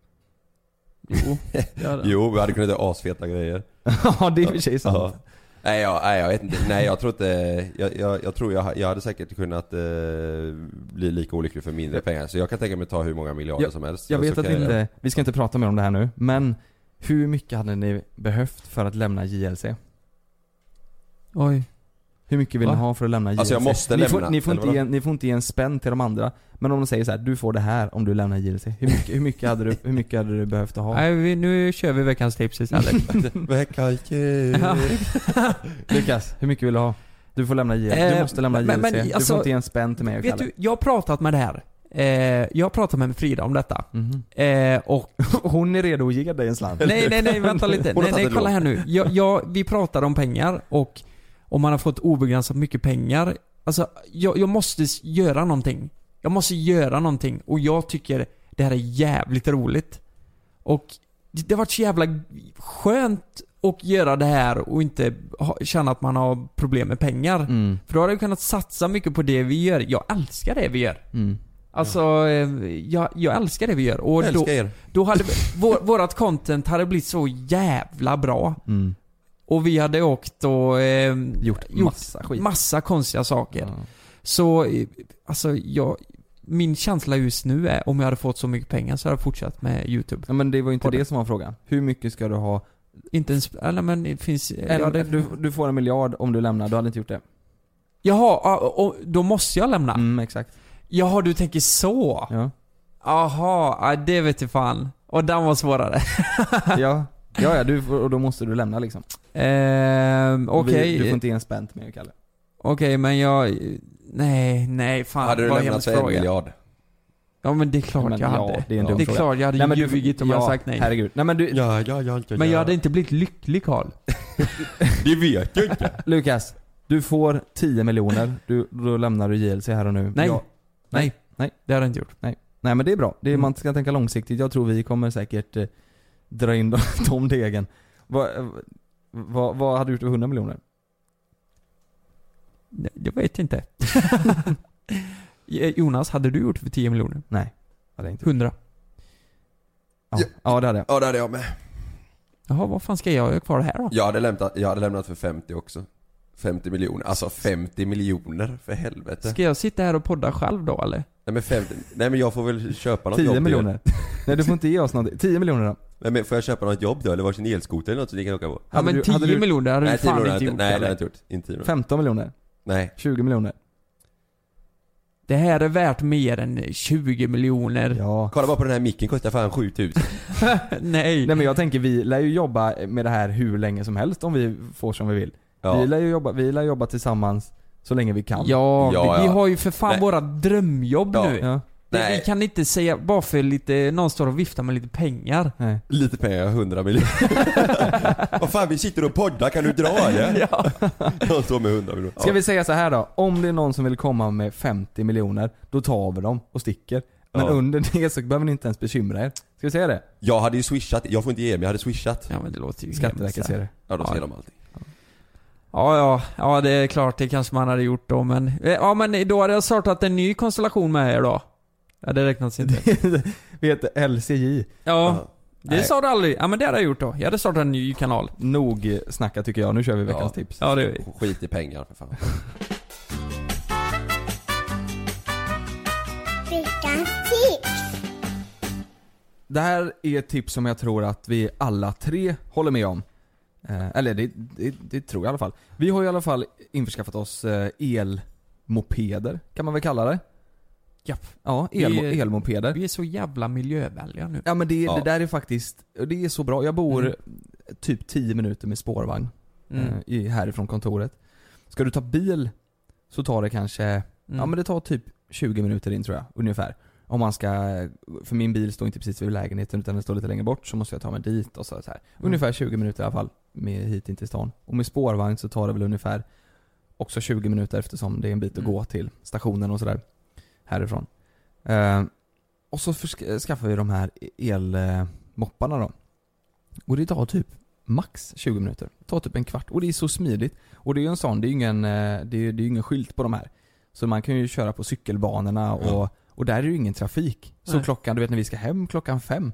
Jo, det hade-
Jo, vi hade kunnat göra asfeta grejer.
(laughs) ja, det är i och för sig sant.
Ja. Nej, jag, nej jag vet inte, nej jag tror inte, jag, jag, jag tror jag, jag hade säkert kunnat eh, bli lika olycklig för mindre pengar. Så jag kan tänka mig att ta hur många miljarder
Jag-
som helst.
Jag
Och så
vet att
kan
vi inte, vi ska inte prata mer om det här nu, men hur mycket hade ni behövt för att lämna JLC?
Oj.
Hur mycket vill ni
Va?
ha för att lämna JLC?
Alltså, jag måste
ni Får,
lämna,
ni, får
eller
inte ge, ni får inte ge en spänn till de andra. Men om de säger så här: du får det här om du lämnar JLC. Hur mycket, hur mycket, hade, du, hur mycket hade du behövt att ha?
Nej, vi, nu kör vi veckans tips istället.
(laughs)
Veckans kul.
Ja.
Lukas, hur mycket vill du ha? Du får lämna JLC.
Eh,
du måste lämna
men-
JLC.
men
du får
alltså,
inte ge en spänn till mig och
Vet
Kalle.
du, jag har pratat med det här. Eh, jag har pratat med Frida om detta.
Mhm.
Eh,
(laughs)
och...
Hon är redo att ge dig en slant.
Nej, nej, nej, vänta lite.
Hon har
Nej,
tagit
nej,
ett
kolla
lån.
här nu. Jag, jag, vi pratar om pengar och om man har fått obegränsat mycket pengar. Alltså, jag, jag måste s- göra någonting. Jag måste göra någonting och jag tycker det här är jävligt roligt. Och det, det har varit så jävla skönt att göra det här och inte ha, känna att man har problem med pengar.
Mm,
För då hade jag kunnat satsa mycket på det vi gör. Jag älskar det vi gör.
mm.
Alltså, eh, jag, jag älskar det vi gör. Och
Jag
då,
älskar er.
då hade vi, vår, vårat content hade blivit så jävla bra.
Mm.
Och vi hade åkt och eh,
Gjort,
Gjort
massa skit.
massa konstiga saker.
Ja.
Så, eh, alltså jag, min känsla just nu är om jag hade fått så mycket pengar så hade jag fortsatt med YouTube.
Ja, men det var ju inte
Podden.
det som var frågan. Hur mycket ska du ha?
Inte ens, eller men det finns...
En,
ja, det,
du, du får en miljard om du lämnar, du hade inte gjort det.
Jaha, ja, och, då måste jag lämna?
Mm, exakt.
Jaha, du tänker så? (laughs)
Ja.
Jaha, ja, det vet du fan. Och den var svårare.
Ja, ja, ja du, får- och då måste du lämna liksom.
(laughs) Ehm,
Och vi-
okej.
Du får inte ge en spänn till mig och Kalle.
Okej, men jag... Nej, nej,
Ah,
fan.
Hade du
vad
lämnat
hemskt
för en
fråga.
miljard?
Ja men det är klart
Men
jag
ja,
hade.
det är en dum
det är
fråga.
klart, jag hade
men du-
ljugit om jag
ja,
hade sagt nej.
Herregud. Nej men du,
Ja, ja, ja, ja,
Men jag hade inte blivit lycklig Karl.
Det vet jag inte.
Lukas. Du får 10 miljoner, du, då lämnar du JLC här och nu.
Nej.
Jag,
nej.
Nej.
Det hade jag inte gjort.
nej men det är bra. Det är,
Mm.
man ska tänka långsiktigt. Jag tror vi kommer säkert eh, dra in de, (laughs) de degen. Vad, eh, vad, vad hade du gjort för 100 miljoner?
Nej, Jag vet
(laughs)
inte. (laughs) Jonas, hade du gjort för 10 miljoner?
Nej. Hade jag inte.
100?
Ja,
Ja.
ja det hade jag.
Ja det hade jag med.
Jaha, vad fan ska jag göra kvar här då?
Jag hade lämnat, jag hade lämnat för 50 också. 50 miljoner, alltså 50 miljoner för helvete.
Ska jag sitta här och podda själv då eller?
Nej men 50, nej men jag får väl köpa något
10
jobb till er.
miljoner. Nej du får inte ge oss någonting. 10 miljoner då.
Nej men får jag köpa något jobb då eller varsin elskoter eller något som ni kan åka på?
Ja
Hade
men
du-
10
hade du-
miljoner hade du
nej 10
fan
miljoner
inte
hade jag inte, nej
gjort
det hade
eller?
jag inte gjort. Inte 10 miljoner.
15 miljoner.
Nej. (laughs)
20 miljoner.
Det här är värt mer än 20 miljoner.
Ja.
Kolla bara på den här micken, kostar fan 7000.
(laughs) nej.
Nej men jag tänker vi lär ju jobba med det här hur länge som helst om vi får som vi vill.
Ja.
Vi lär ju jobba, vi lär jobba tillsammans så länge vi kan.
Ja,
Ja,
vi, vi
ja.
har ju för fan
Nej.
våra drömjobb
Ja.
nu.
Ja,
Det,
Nej.
vi kan inte säga, bara för lite, någon står och viftar med lite pengar.
nej.
Lite pengar, 100 miljoner.
(laughs)
Vad fan vi sitter och poddar, kan du dra eller?
Ja.
Jag står med 100 miljoner.
Ska vi säga så här då? Om det är någon som vill komma med 50 miljoner, då tar vi dem och sticker. Men
Ja.
under det så behöver ni inte ens bekymra er. Ska vi säga det?
Jag hade ju swishat, jag får inte ge mig, jag hade swishat.
ja men det låter ju
Skatteverket
hemskt.
ser det.
Ja då ser
Ja.
de allting.
Ja, ja, ja det är klart det kanske man hade gjort då men... eh, Ja men då hade jag startat en ny konstellation med er då. Ja det räknas
(laughs)
inte.
vi heter LCJ.
Ja, det
Nej.
sa du aldrig. Ja men det hade jag gjort då. Jag hade startat en ny kanal.
Nog snacka tycker jag, nu kör vi veckans
Ja.
tips.
Ja det...
Skit i pengar för fan.
Det här är ett tips som jag tror att vi alla tre håller med om. Eh, eller det, det, det tror jag i alla fall. Vi har ju i alla fall införskaffat oss eh, elmopeder, kan man väl kalla det?
Japp.
Ja, el,
Vi-
elmopeder.
Vi är så jävla miljövänliga nu.
Ja men det,
Ja.
det där är faktiskt, det är så bra. Jag bor
Mm.
typ 10 minuter med spårvagn
Mm.
eh, i, härifrån kontoret. Ska du ta bil så tar det kanske,
Mm.
ja men det tar typ 20 minuter in tror jag, ungefär. Om man ska, för min bil står inte precis vid lägenheten utan den står lite längre bort så måste jag ta mig dit och så, så här. Ungefär 20 minuter i alla fall med hit in till stan. Och med spårvagn så tar det väl ungefär också 20 minuter eftersom det är en bit att
Mm.
gå till stationen och sådär. Härifrån. Eh, och så försk- skaffar vi de här elmopparna då. Och det tar typ max 20 minuter. Det tar typ en kvart. Och det är så smidigt. Och det är ju en sån, det är ju ingen, eh, det är, ju- det är ju ingen skylt på de här. Så man kan ju köra på cykelbanorna och, och där är ju ingen trafik. Så
Nej.
klockan, du vet när vi ska hem klockan fem.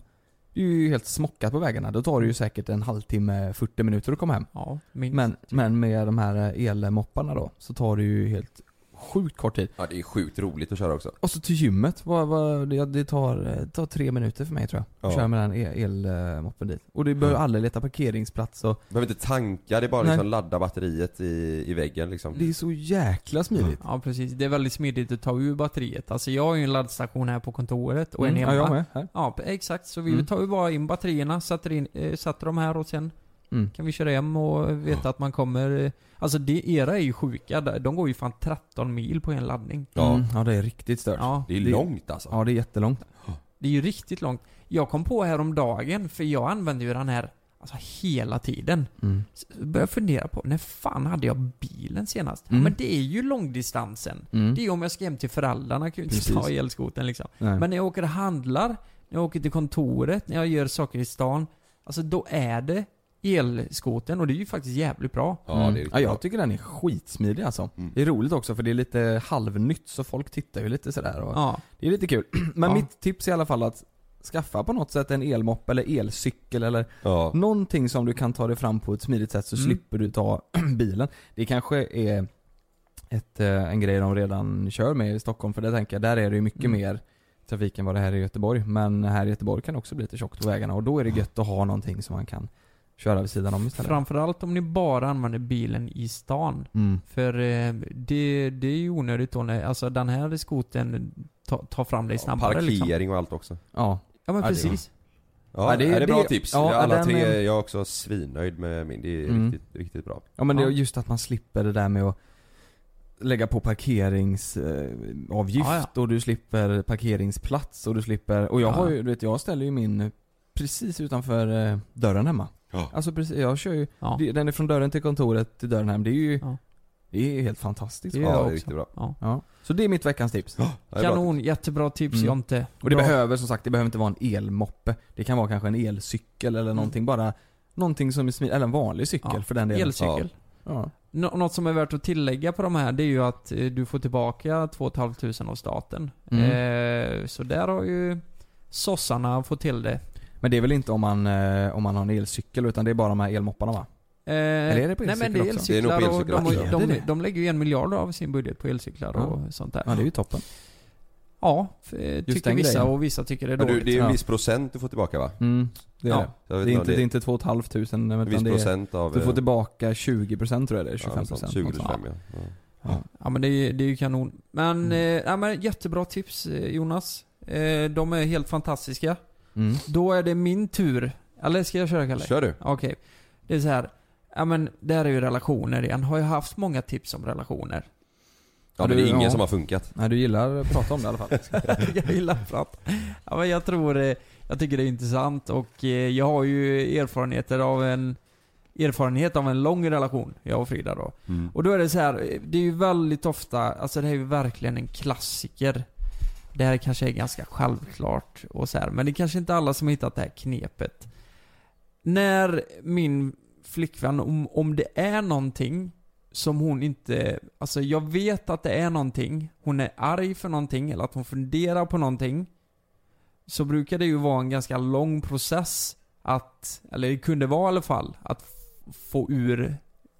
Det är ju helt smockat på vägarna. Då tar det ju säkert en halvtimme, 40 minuter att komma hem.
Ja, minst.
Men, men med de här eh, elmopparna då, så tar det ju helt sjukt kort tid.
Ja det är sjukt roligt att köra också.
Och så till gymmet, vad, vad, det, det tar, eh, tar tre minuter för mig tror jag. Att
Ja.
köra med den e- elmoppen dit. Och du behöver
Mm.
aldrig leta parkeringsplats och
Behöver inte tanka, det är bara liksom ladda batteriet i, i väggen liksom.
Mm. det är så jäkla smidigt.
Ja precis, det är väldigt smidigt att ta ur batteriet. Alltså jag har ju en laddstation här på kontoret och en
Mm,
hemma.
ja, jag med. Här.
Ja, p- exakt. Så vi
Mm.
tar ju bara in batterierna, sätter, in, eh, sätter dem här och sen
Mm.
kan vi köra hem och veta att man kommer... eh, Alltså det, era är ju sjuka. där. De går ju fan 13 mil på en laddning.
Ja.
Mm, ja, det är riktigt stört.
Ja,
Det är långt alltså.
Ja, det är jättelångt.
det är ju riktigt långt. Jag kom på häromdagen, för jag använder ju den här alltså hela tiden.
Mm.
Så jag började fundera på, när fan hade jag bilen senast? Ja,
Mm.
men det är ju långdistansen.
Mm.
Det är ju om jag ska hem till föräldrarna, jag kan ju inte
Precis.
ta elskotern liksom.
Nej.
Men när jag åker och handlar, när jag åker till kontoret, när jag gör saker i stan. Alltså då är det elskotern och det är ju faktiskt jävligt bra.
Ja,
Mm.
det är riktigt
ja,
bra.
jag tycker den är skitsmidig alltså. Det är roligt också för det är lite halvnytt så folk tittar ju lite sådär och
Ja,
det är lite kul. (clears throat) Men
Ja.
mitt tips är i alla fall att skaffa på något sätt en elmopp eller elcykel eller
Ja.
någonting som du kan ta dig fram på ett smidigt sätt så
Mm.
slipper du ta (clears throat) bilen. Det kanske är ett, eh, en grej de redan kör med i Stockholm för det tänker jag, där är det ju mycket
Mm.
mer trafik än vad det här är i Göteborg. Men här i Göteborg kan det också bli lite tjockt på vägarna och då är det gött att ha någonting som man kan köra vid sidan om istället.
framförallt om ni bara använder bilen i stan.
Mm.
För eh, det, det är ju onödigt då när, alltså den här skotern tar ta fram dig snabbare liksom.
Parkering och allt också.
Ja.
Ja men
Ja, det är-
precis.
Ja,
Ja, det
det
är-
är, det bra
det-
tips.
ja,
Alla
den-
tre, är jag är också svinnöjd med min. Det är
Mm.
riktigt, riktigt bra.
Ja men det är
Ja.
just att man slipper det där med att lägga på parkeringsavgift eh, avgift
Ja,
och du slipper parkeringsplats och du slipper, och jag
Ja.
har ju, du vet jag ställer ju min precis utanför eh, dörren hemma.
Ja.
Alltså precis, jag kör ju,
Ja.
det- den är från dörren till kontoret till dörren hem, det är ju,
Ja.
det är ju helt fantastiskt.
Det
Ja,
gör
det
jag
är
också.
riktigt bra.
Ja.
Ja. Så det är mitt veckans tips.
Ja, det är bra.
Kanon, jättebra tips
Mm.
Jonte.
Och det
Bra.
behöver som sagt, det behöver inte vara en elmoppe. Det kan vara kanske en elcykel eller någonting bara, någonting som är smidigt, eller en vanlig cykel
Mm. Ja,
för den delen.
Elcykel.
Ja.
Nå- något som är värt att tillägga på de här, det är ju att eh, du får tillbaka 2 500 av staten.
Mm.
Eh, så där har ju sossarna fått till det.
Men det är väl inte om man, eh, om man har en elcykel utan det är bara de här elmopparna va?
Eh,
är det på
nej, men
elcykel
det är
också?
Det är nog
elcyklar
på
och
elcykel
de,
också,
har ju-
ja.
de,
Det är det.
de, lägger ju en miljard av sin budget på elcyklar och sånt där.
Ja det är ju toppen.
Ja, f- eh, tycker
den
vissa
grejen.
och vissa tycker det är
Men du,
dåligt.
det är ju
Ja.
en viss procent du får tillbaka va?
Mm, det är
Ja.
det.
Jag vet
Det är,
inte om
inte, det är
det
inte 2 500
är en
utan
viss
det är,
procent av...
du får
eh,
tillbaka 20% tror jag det är,
ja, något
25%
sånt.
något
20
sånt.
25 ja. ja.
Ja men det är, det är ju kanon. Men, eh, ja, men jättebra tips eh, Jonas. Eh, de är helt fantastiska.
Mm.
Då är det min tur. Eller ska jag köra Kalle?
Kör du?
Okej. Det är så här. Ja men, det här är ju relationer igen. Har jag haft många tips om relationer? (laughs)
Ja men det är
Ja.
ingen som har funkat.
Nej du gillar att prata om det i
(laughs)
alla fall.
jag gillar prat. Ja men jag tror, eh, jag tycker det är intressant och eh, jag har ju erfarenheter av en erfarenhet av en lång relation, jag och Frida då.
Mm.
Mm.
Och då är det så här, eh, det är ju väldigt ofta, alltså det här är ju verkligen en klassiker. Det här kanske är ganska självklart och så här, men det är kanske inte alla som har hittat det här knepet. När min flickvän, om, om det är någonting som hon inte, alltså jag vet att det är någonting, hon är arg för någonting eller att hon funderar på någonting. Så brukar det ju vara en ganska lång process att, eller det kunde vara i alla fall, att f- få ur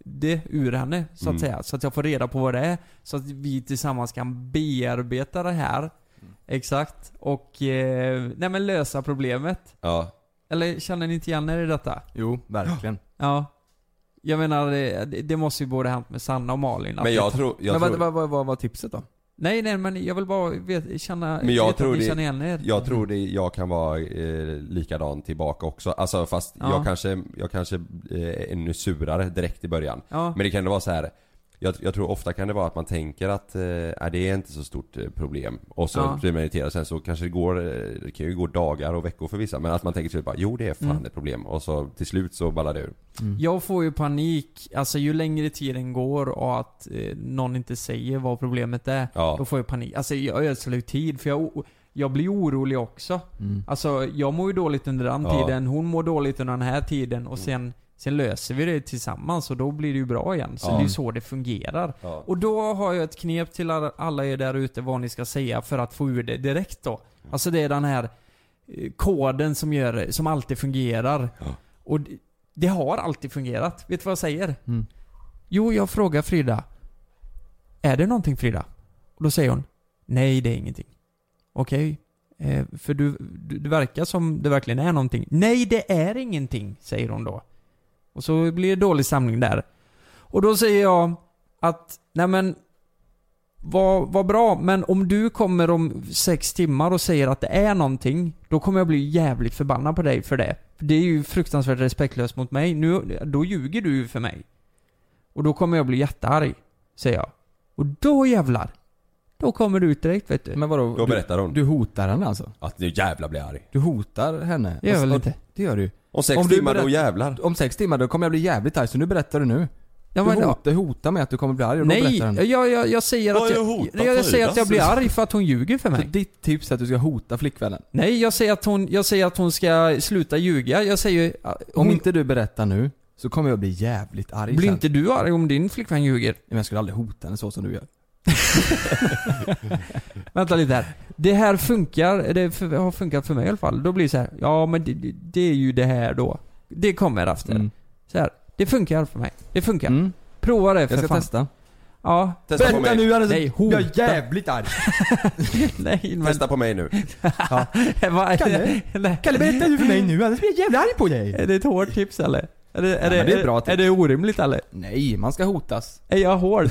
det ur henne så att
Mm.
säga. Så att jag får reda på vad det är. Så att vi tillsammans kan bearbeta det här.
Mm.
Exakt. Och, eh, nej men lösa problemet.
Ja.
Eller känner ni inte igen er i detta?
jo, verkligen.
Ja. Jag menar, det, det måste ju både hänt med Sanna och Malin. att
Men
vi
jag
tar-
tror, jag
men
tror,
vad, vad, vad, vad var tipset då?
Nej, nej, men jag vill bara vet, känna...
Men jag
veta att
tror
ni
det-
känner igen er.
jag, tror det, jag kan vara eh, likadan tillbaka också. Alltså fast
Ja.
jag kanske, jag kanske eh, ännu surare direkt i början.
Ja.
Men det kan ändå vara så här. Jag, jag tror ofta kan det vara att man tänker att eh, "Nej, det är inte så stort eh, problem och så
Ja.
blir man irriterad sen så kanske det går, eh, det kan ju gå dagar och veckor för vissa men att man tänker typ bara jo det är fan
Mm.
ett problem och så till slut så ballar det ur.
Jag får ju panik, alltså ju längre tiden går och att eh, någon inte säger vad problemet är.
Ja.
Då får jag panik. Alltså jag ödslar ju tid för jag, o- jag blir orolig också. Alltså jag mår ju dåligt under den
Mm. Ja.
tiden, hon mår dåligt under den här tiden och sen, sen löser vi det tillsammans och då blir det ju bra igen. Så
Ja.
det är ju så det fungerar.
Ja.
Och då har jag ett knep till alla- alla er där ute vad ni ska säga för att få ur det direkt då.
Mm.
Alltså det är den här eh, koden som gör det, som alltid fungerar.
Ja.
Och det, det har alltid fungerat. Vet du vad jag säger?
Mm.
Jo, jag frågar Frida. Är det någonting Frida? Och då säger hon. Nej, det är ingenting. Okej. Eh, för du, du, det verkar som det verkligen är någonting. Nej, det är ingenting, säger hon då. Och så blir det dålig samling där. Och då säger jag att, nej men, vad, vad bra, men om du kommer om sex timmar och säger att det är någonting, då kommer jag bli jävligt förbannad på dig för det. För det är ju fruktansvärt respektlöst mot mig. Nu, då ljuger du ju för mig. Och då kommer jag bli jättearg, säger jag. Och då jävlar! Då kommer du ut direkt vet du.
Men vadå?
Då berättar hon
Du, du hotar henne alltså?
att nu jävlar blir jag arg.
Du hotar henne?
Det gör jag väl
Och-
inte.
Det gör du
Om sex
Om du
timmar då
berätt-
jävlar.
Om sex timmar då kommer jag bli jävligt arg så nu berättar du nu.
Ja,
Du
men-
hotar, hotar med att du kommer bli arg och då
Nej,
berättar du.
jag, jag, jag säger
Vad
att
är
jag,
hot
jag, jag,
att
säger
höra?
att jag blir arg för att hon ljuger för
Så
mig.
ditt tips är att du ska hota flickvännen.
Nej, jag säger att hon, jag säger att hon ska sluta ljuga. Jag säger ju... ah,
Om
hon-
inte du berättar nu så kommer jag bli jävligt arg
Blir
sen.
inte du arg om din flickvän ljuger?
Men jag skulle aldrig hota henne så som du gör.
Vänta lite här. Det här funkar, det f- har funkat för mig i alla fall. Då blir det så här, ja men det, det- det är ju det här då. Det kommer efter.
Mm.
Så här, det funkar för mig. Det funkar.
Mm.
Prova det för
Jag ska
fan.
testa.
Ja. (laughs)
Testa på mig.
nu Anders!
Nej, hota.
Jag är jävligt arg!
Nej men...
Testa på mig nu.
(laughs) Vad är
Kalle? (laughs)
det? (laughs) Nej.
Kalle berätta nu för mig nu annars blir jag jävligt arg på dig!
(laughs) Är det ett hårt tips eller? Är det, är,
men det är bra
är
tips.
det orimligt eller?
Nej, man ska hotas.
Är jag hård?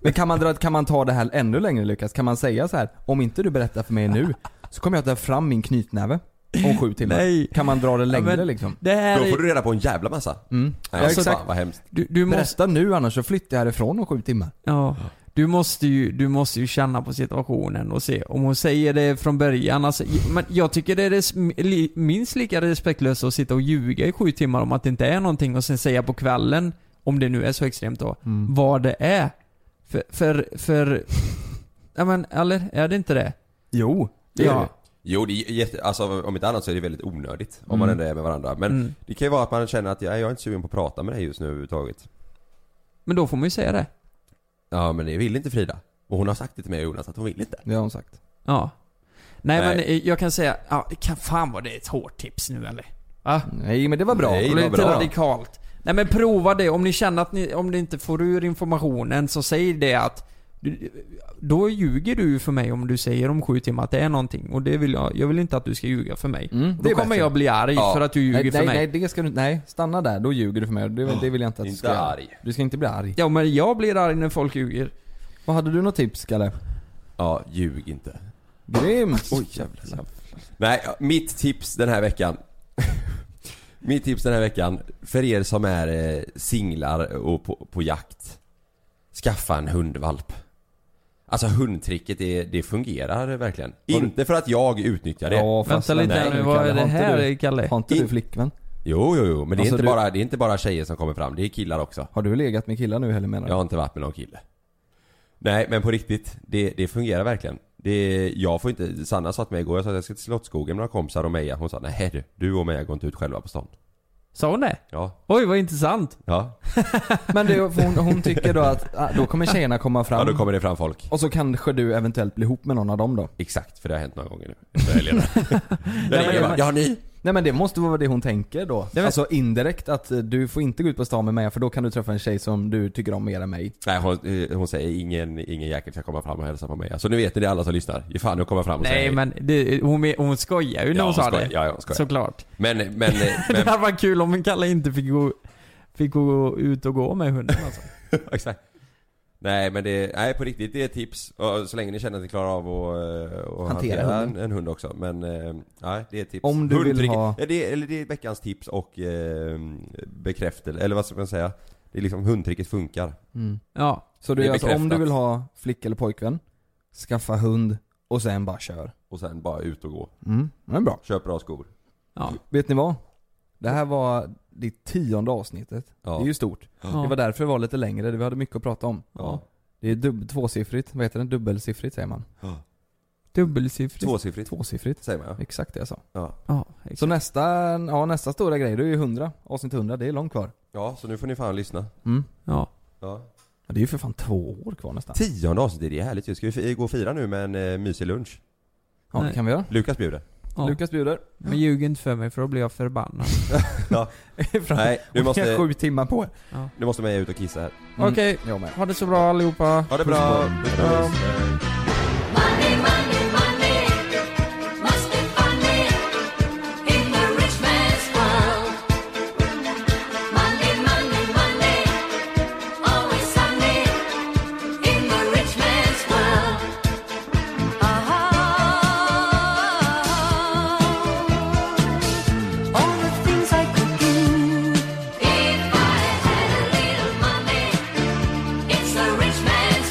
Men kan man, dra, kan man ta det här ännu längre Lukas? Kan man säga så här, om inte du berättar för mig nu så kommer jag ta fram min knytnäve om sju timmar.
Nej.
Kan man dra det längre
men-
liksom?
Det här
Då får
är...
du reda på en jävla massa.
Mm.
Nej,
Ja,
alltså,
exakt.
fan, vad hemskt.
Du, du måste...
Berätta nu annars så flyttar jag härifrån om sju timmar.
Ja. Du måste, ju, du måste ju känna på situationen och se om hon säger det från början. Alltså, j- men jag tycker det är res- li- minst lika respektlöst att sitta och ljuga i sju timmar om att det inte är någonting och sen säga på kvällen, om det nu är så extremt
Mm.
då,
Mm.
vad det är. För, för, för... Ja men, eller? Är det inte det?
Jo, det
ja.
är det.
Jo, det är jätte, alltså om inte annat så är det väldigt onödigt om man ändå är med varandra. Men
Mm.
det kan ju vara att man känner att jag, jag är inte sugen på att prata med dig just nu överhuvudtaget.
Men då får man ju säga det.
Ja men det vill inte Frida. Och hon har sagt det till mig Jonas att hon vill inte.
Det har hon sagt.
Ja. Nej,
Nej.
men eh, jag kan säga, ja, kan, fan vad det är ett hårt tips nu eller? Va?
Nej men det var bra.
Nej,
Det
det
är
var
lite
bra.
radikalt. Nej men prova det, om ni känner att ni, om ni inte får ur informationen så säg det att du, då ljuger du ju för mig om du säger om sju timmar att det är någonting och det vill jag, jag vill inte att du ska ljuga för mig.
Mm,
då
det är
kommer
bättre.
jag bli arg
Ja.
för att du ljuger
nej,
för
nej,
mig.
nej, det ska du Nej, stanna där. Då ljuger du för mig. Det, det vill jag inte att du
Inte
ska göra.
arg.
Du ska inte bli arg.
Ja men jag blir arg när folk ljuger.
Vad hade du något tips Kalle?
Ja, ljug inte.
Grymt!
Oj jävlar. Nej, mitt tips den här veckan. (laughs) mitt tips den här veckan. För er som är eh, singlar och på, på jakt. Skaffa en hundvalp. Alltså hundtricket, det, det fungerar verkligen. Inte för att jag utnyttjar det.
Ja, fast
Vänta lite
nej,
här nu, vad
Kalle,
är det
har inte
här
du-
Kalle?
Har inte du flickvän?
Jo, jo, jo. Men det är,
Alltså,
inte,
du-
bara, det är inte bara tjejer som kommer fram. Det är killar också.
Har du legat med killar nu heller menar du?
Jag har inte varit med någon kille. Nej men på riktigt, det, det fungerar verkligen. Det, jag får inte, Sanna sa till mig igår, jag sa att jag ska till Slottsskogen med några kompisar och Meja. Hon sa nej du, du och Meja går inte ut själva på stan.
Sa hon det?
Ja,
Oj vad intressant.
ja.
Men det, hon, hon tycker då att ah, då kommer tjejerna komma fram
Ja då kommer det fram folk.
och så kanske du eventuellt blir ihop med någon av dem då.
Exakt, för det har hänt några gånger nu. Jag
(laughs)
ringer
men-
bara, ja ni!
Nej men det måste vara det hon tänker då.
men-
Alltså indirekt att eh, du får inte gå ut på stan med mig för då kan du träffa en tjej som du tycker om mer än mig.
Nej hon, eh, hon säger ingen, ingen jäkel ska komma fram och hälsa på mig. Alltså nu vet ni det alla som lyssnar. Ge fan nu kommer jag fram och
Nej
säger
men det, hon, är- hon skojar ju när
Ja,
hon
hon
sa
skojar.
det. (laughs)
Ja, ja, hon skojar.
Såklart.
Men, men, eh,
Det
men
hade varit kul om Kalle inte fick gå Fick gå ut och gå med hunden alltså.
(laughs) Exakt. Nej men det, nej på riktigt det är ett tips. Och Så länge ni känner att ni klarar av att, eh, att hantera,
Hantera
en,
hunden.
en hund också. Men eh, nej, det är ett tips.
Om du vill
Hundtryck-
ha-
Ja, det, är- eller det är veckans tips och eh, bekräftelse, eller vad ska man säga? Det är liksom hundtricket funkar.
Mm.
Ja.
Så du
Det är
gör alltså, om du
bekräftat.
vill ha flicka eller pojkvän, skaffa hund och sen bara kör.
Och sen bara ut och gå.
Mm, men bra.
Köp bra skor.
Ja.
Vet ni vad? Det här var det tionde avsnittet.
Ja.
Det är ju stort. Det var därför det var lite längre, vi hade mycket att prata om.
Ja.
Det är dubb- tvåsiffrigt, vad heter det? Dubbelsiffrigt säger man.
Dubbelsiffrigt.
Tvåsiffrigt.
Tvåsiffrigt.
Säger man ja.
Exakt det jag sa.
Ja,
Så
exakt.
nästa, ja, nästa stora grej, det är ju 100. Avsnitt 100, det är långt kvar.
Ja, så nu får ni fan lyssna.
Mm.
Ja.
Ja.
Men det är ju för fan två år kvar nästan.
Tionde avsnittet, det är härligt ju. Ska vi fi- gå och fira nu med en eh, mysig lunch?
Ja, det
Nej.
kan vi göra.
Lukas bjuder.
ja.
Lukas bjuder.
Men ljug inte för mig för då blir
(laughs)
jag förbannad. (laughs)
Fram-
Nej, nu
Ni har
måste,
sju timmar på er.
nu måste man ut och kissa här.
Mm.
Okej,
Jag med.
ha det så bra allihopa.
Ha det bra! Puss på er.
Uh-huh. Rich man's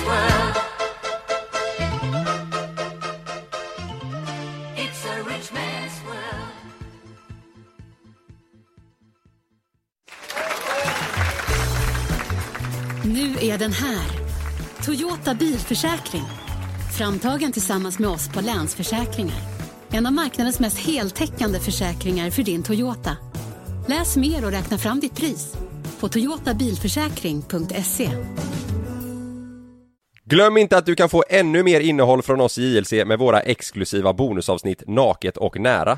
world. It's a rich man's world.
Nu är den här. Toyota bilförsäkring. Framtagen tillsammans med oss på Länsförsäkringar. En av marknadens mest heltäckande försäkringar för din Toyota. Läs mer och räkna fram ditt pris på toyotabilförsäkring.se.
Glöm inte att du kan få ännu mer innehåll från oss i JLC med våra exklusiva bonusavsnitt Naket och nära.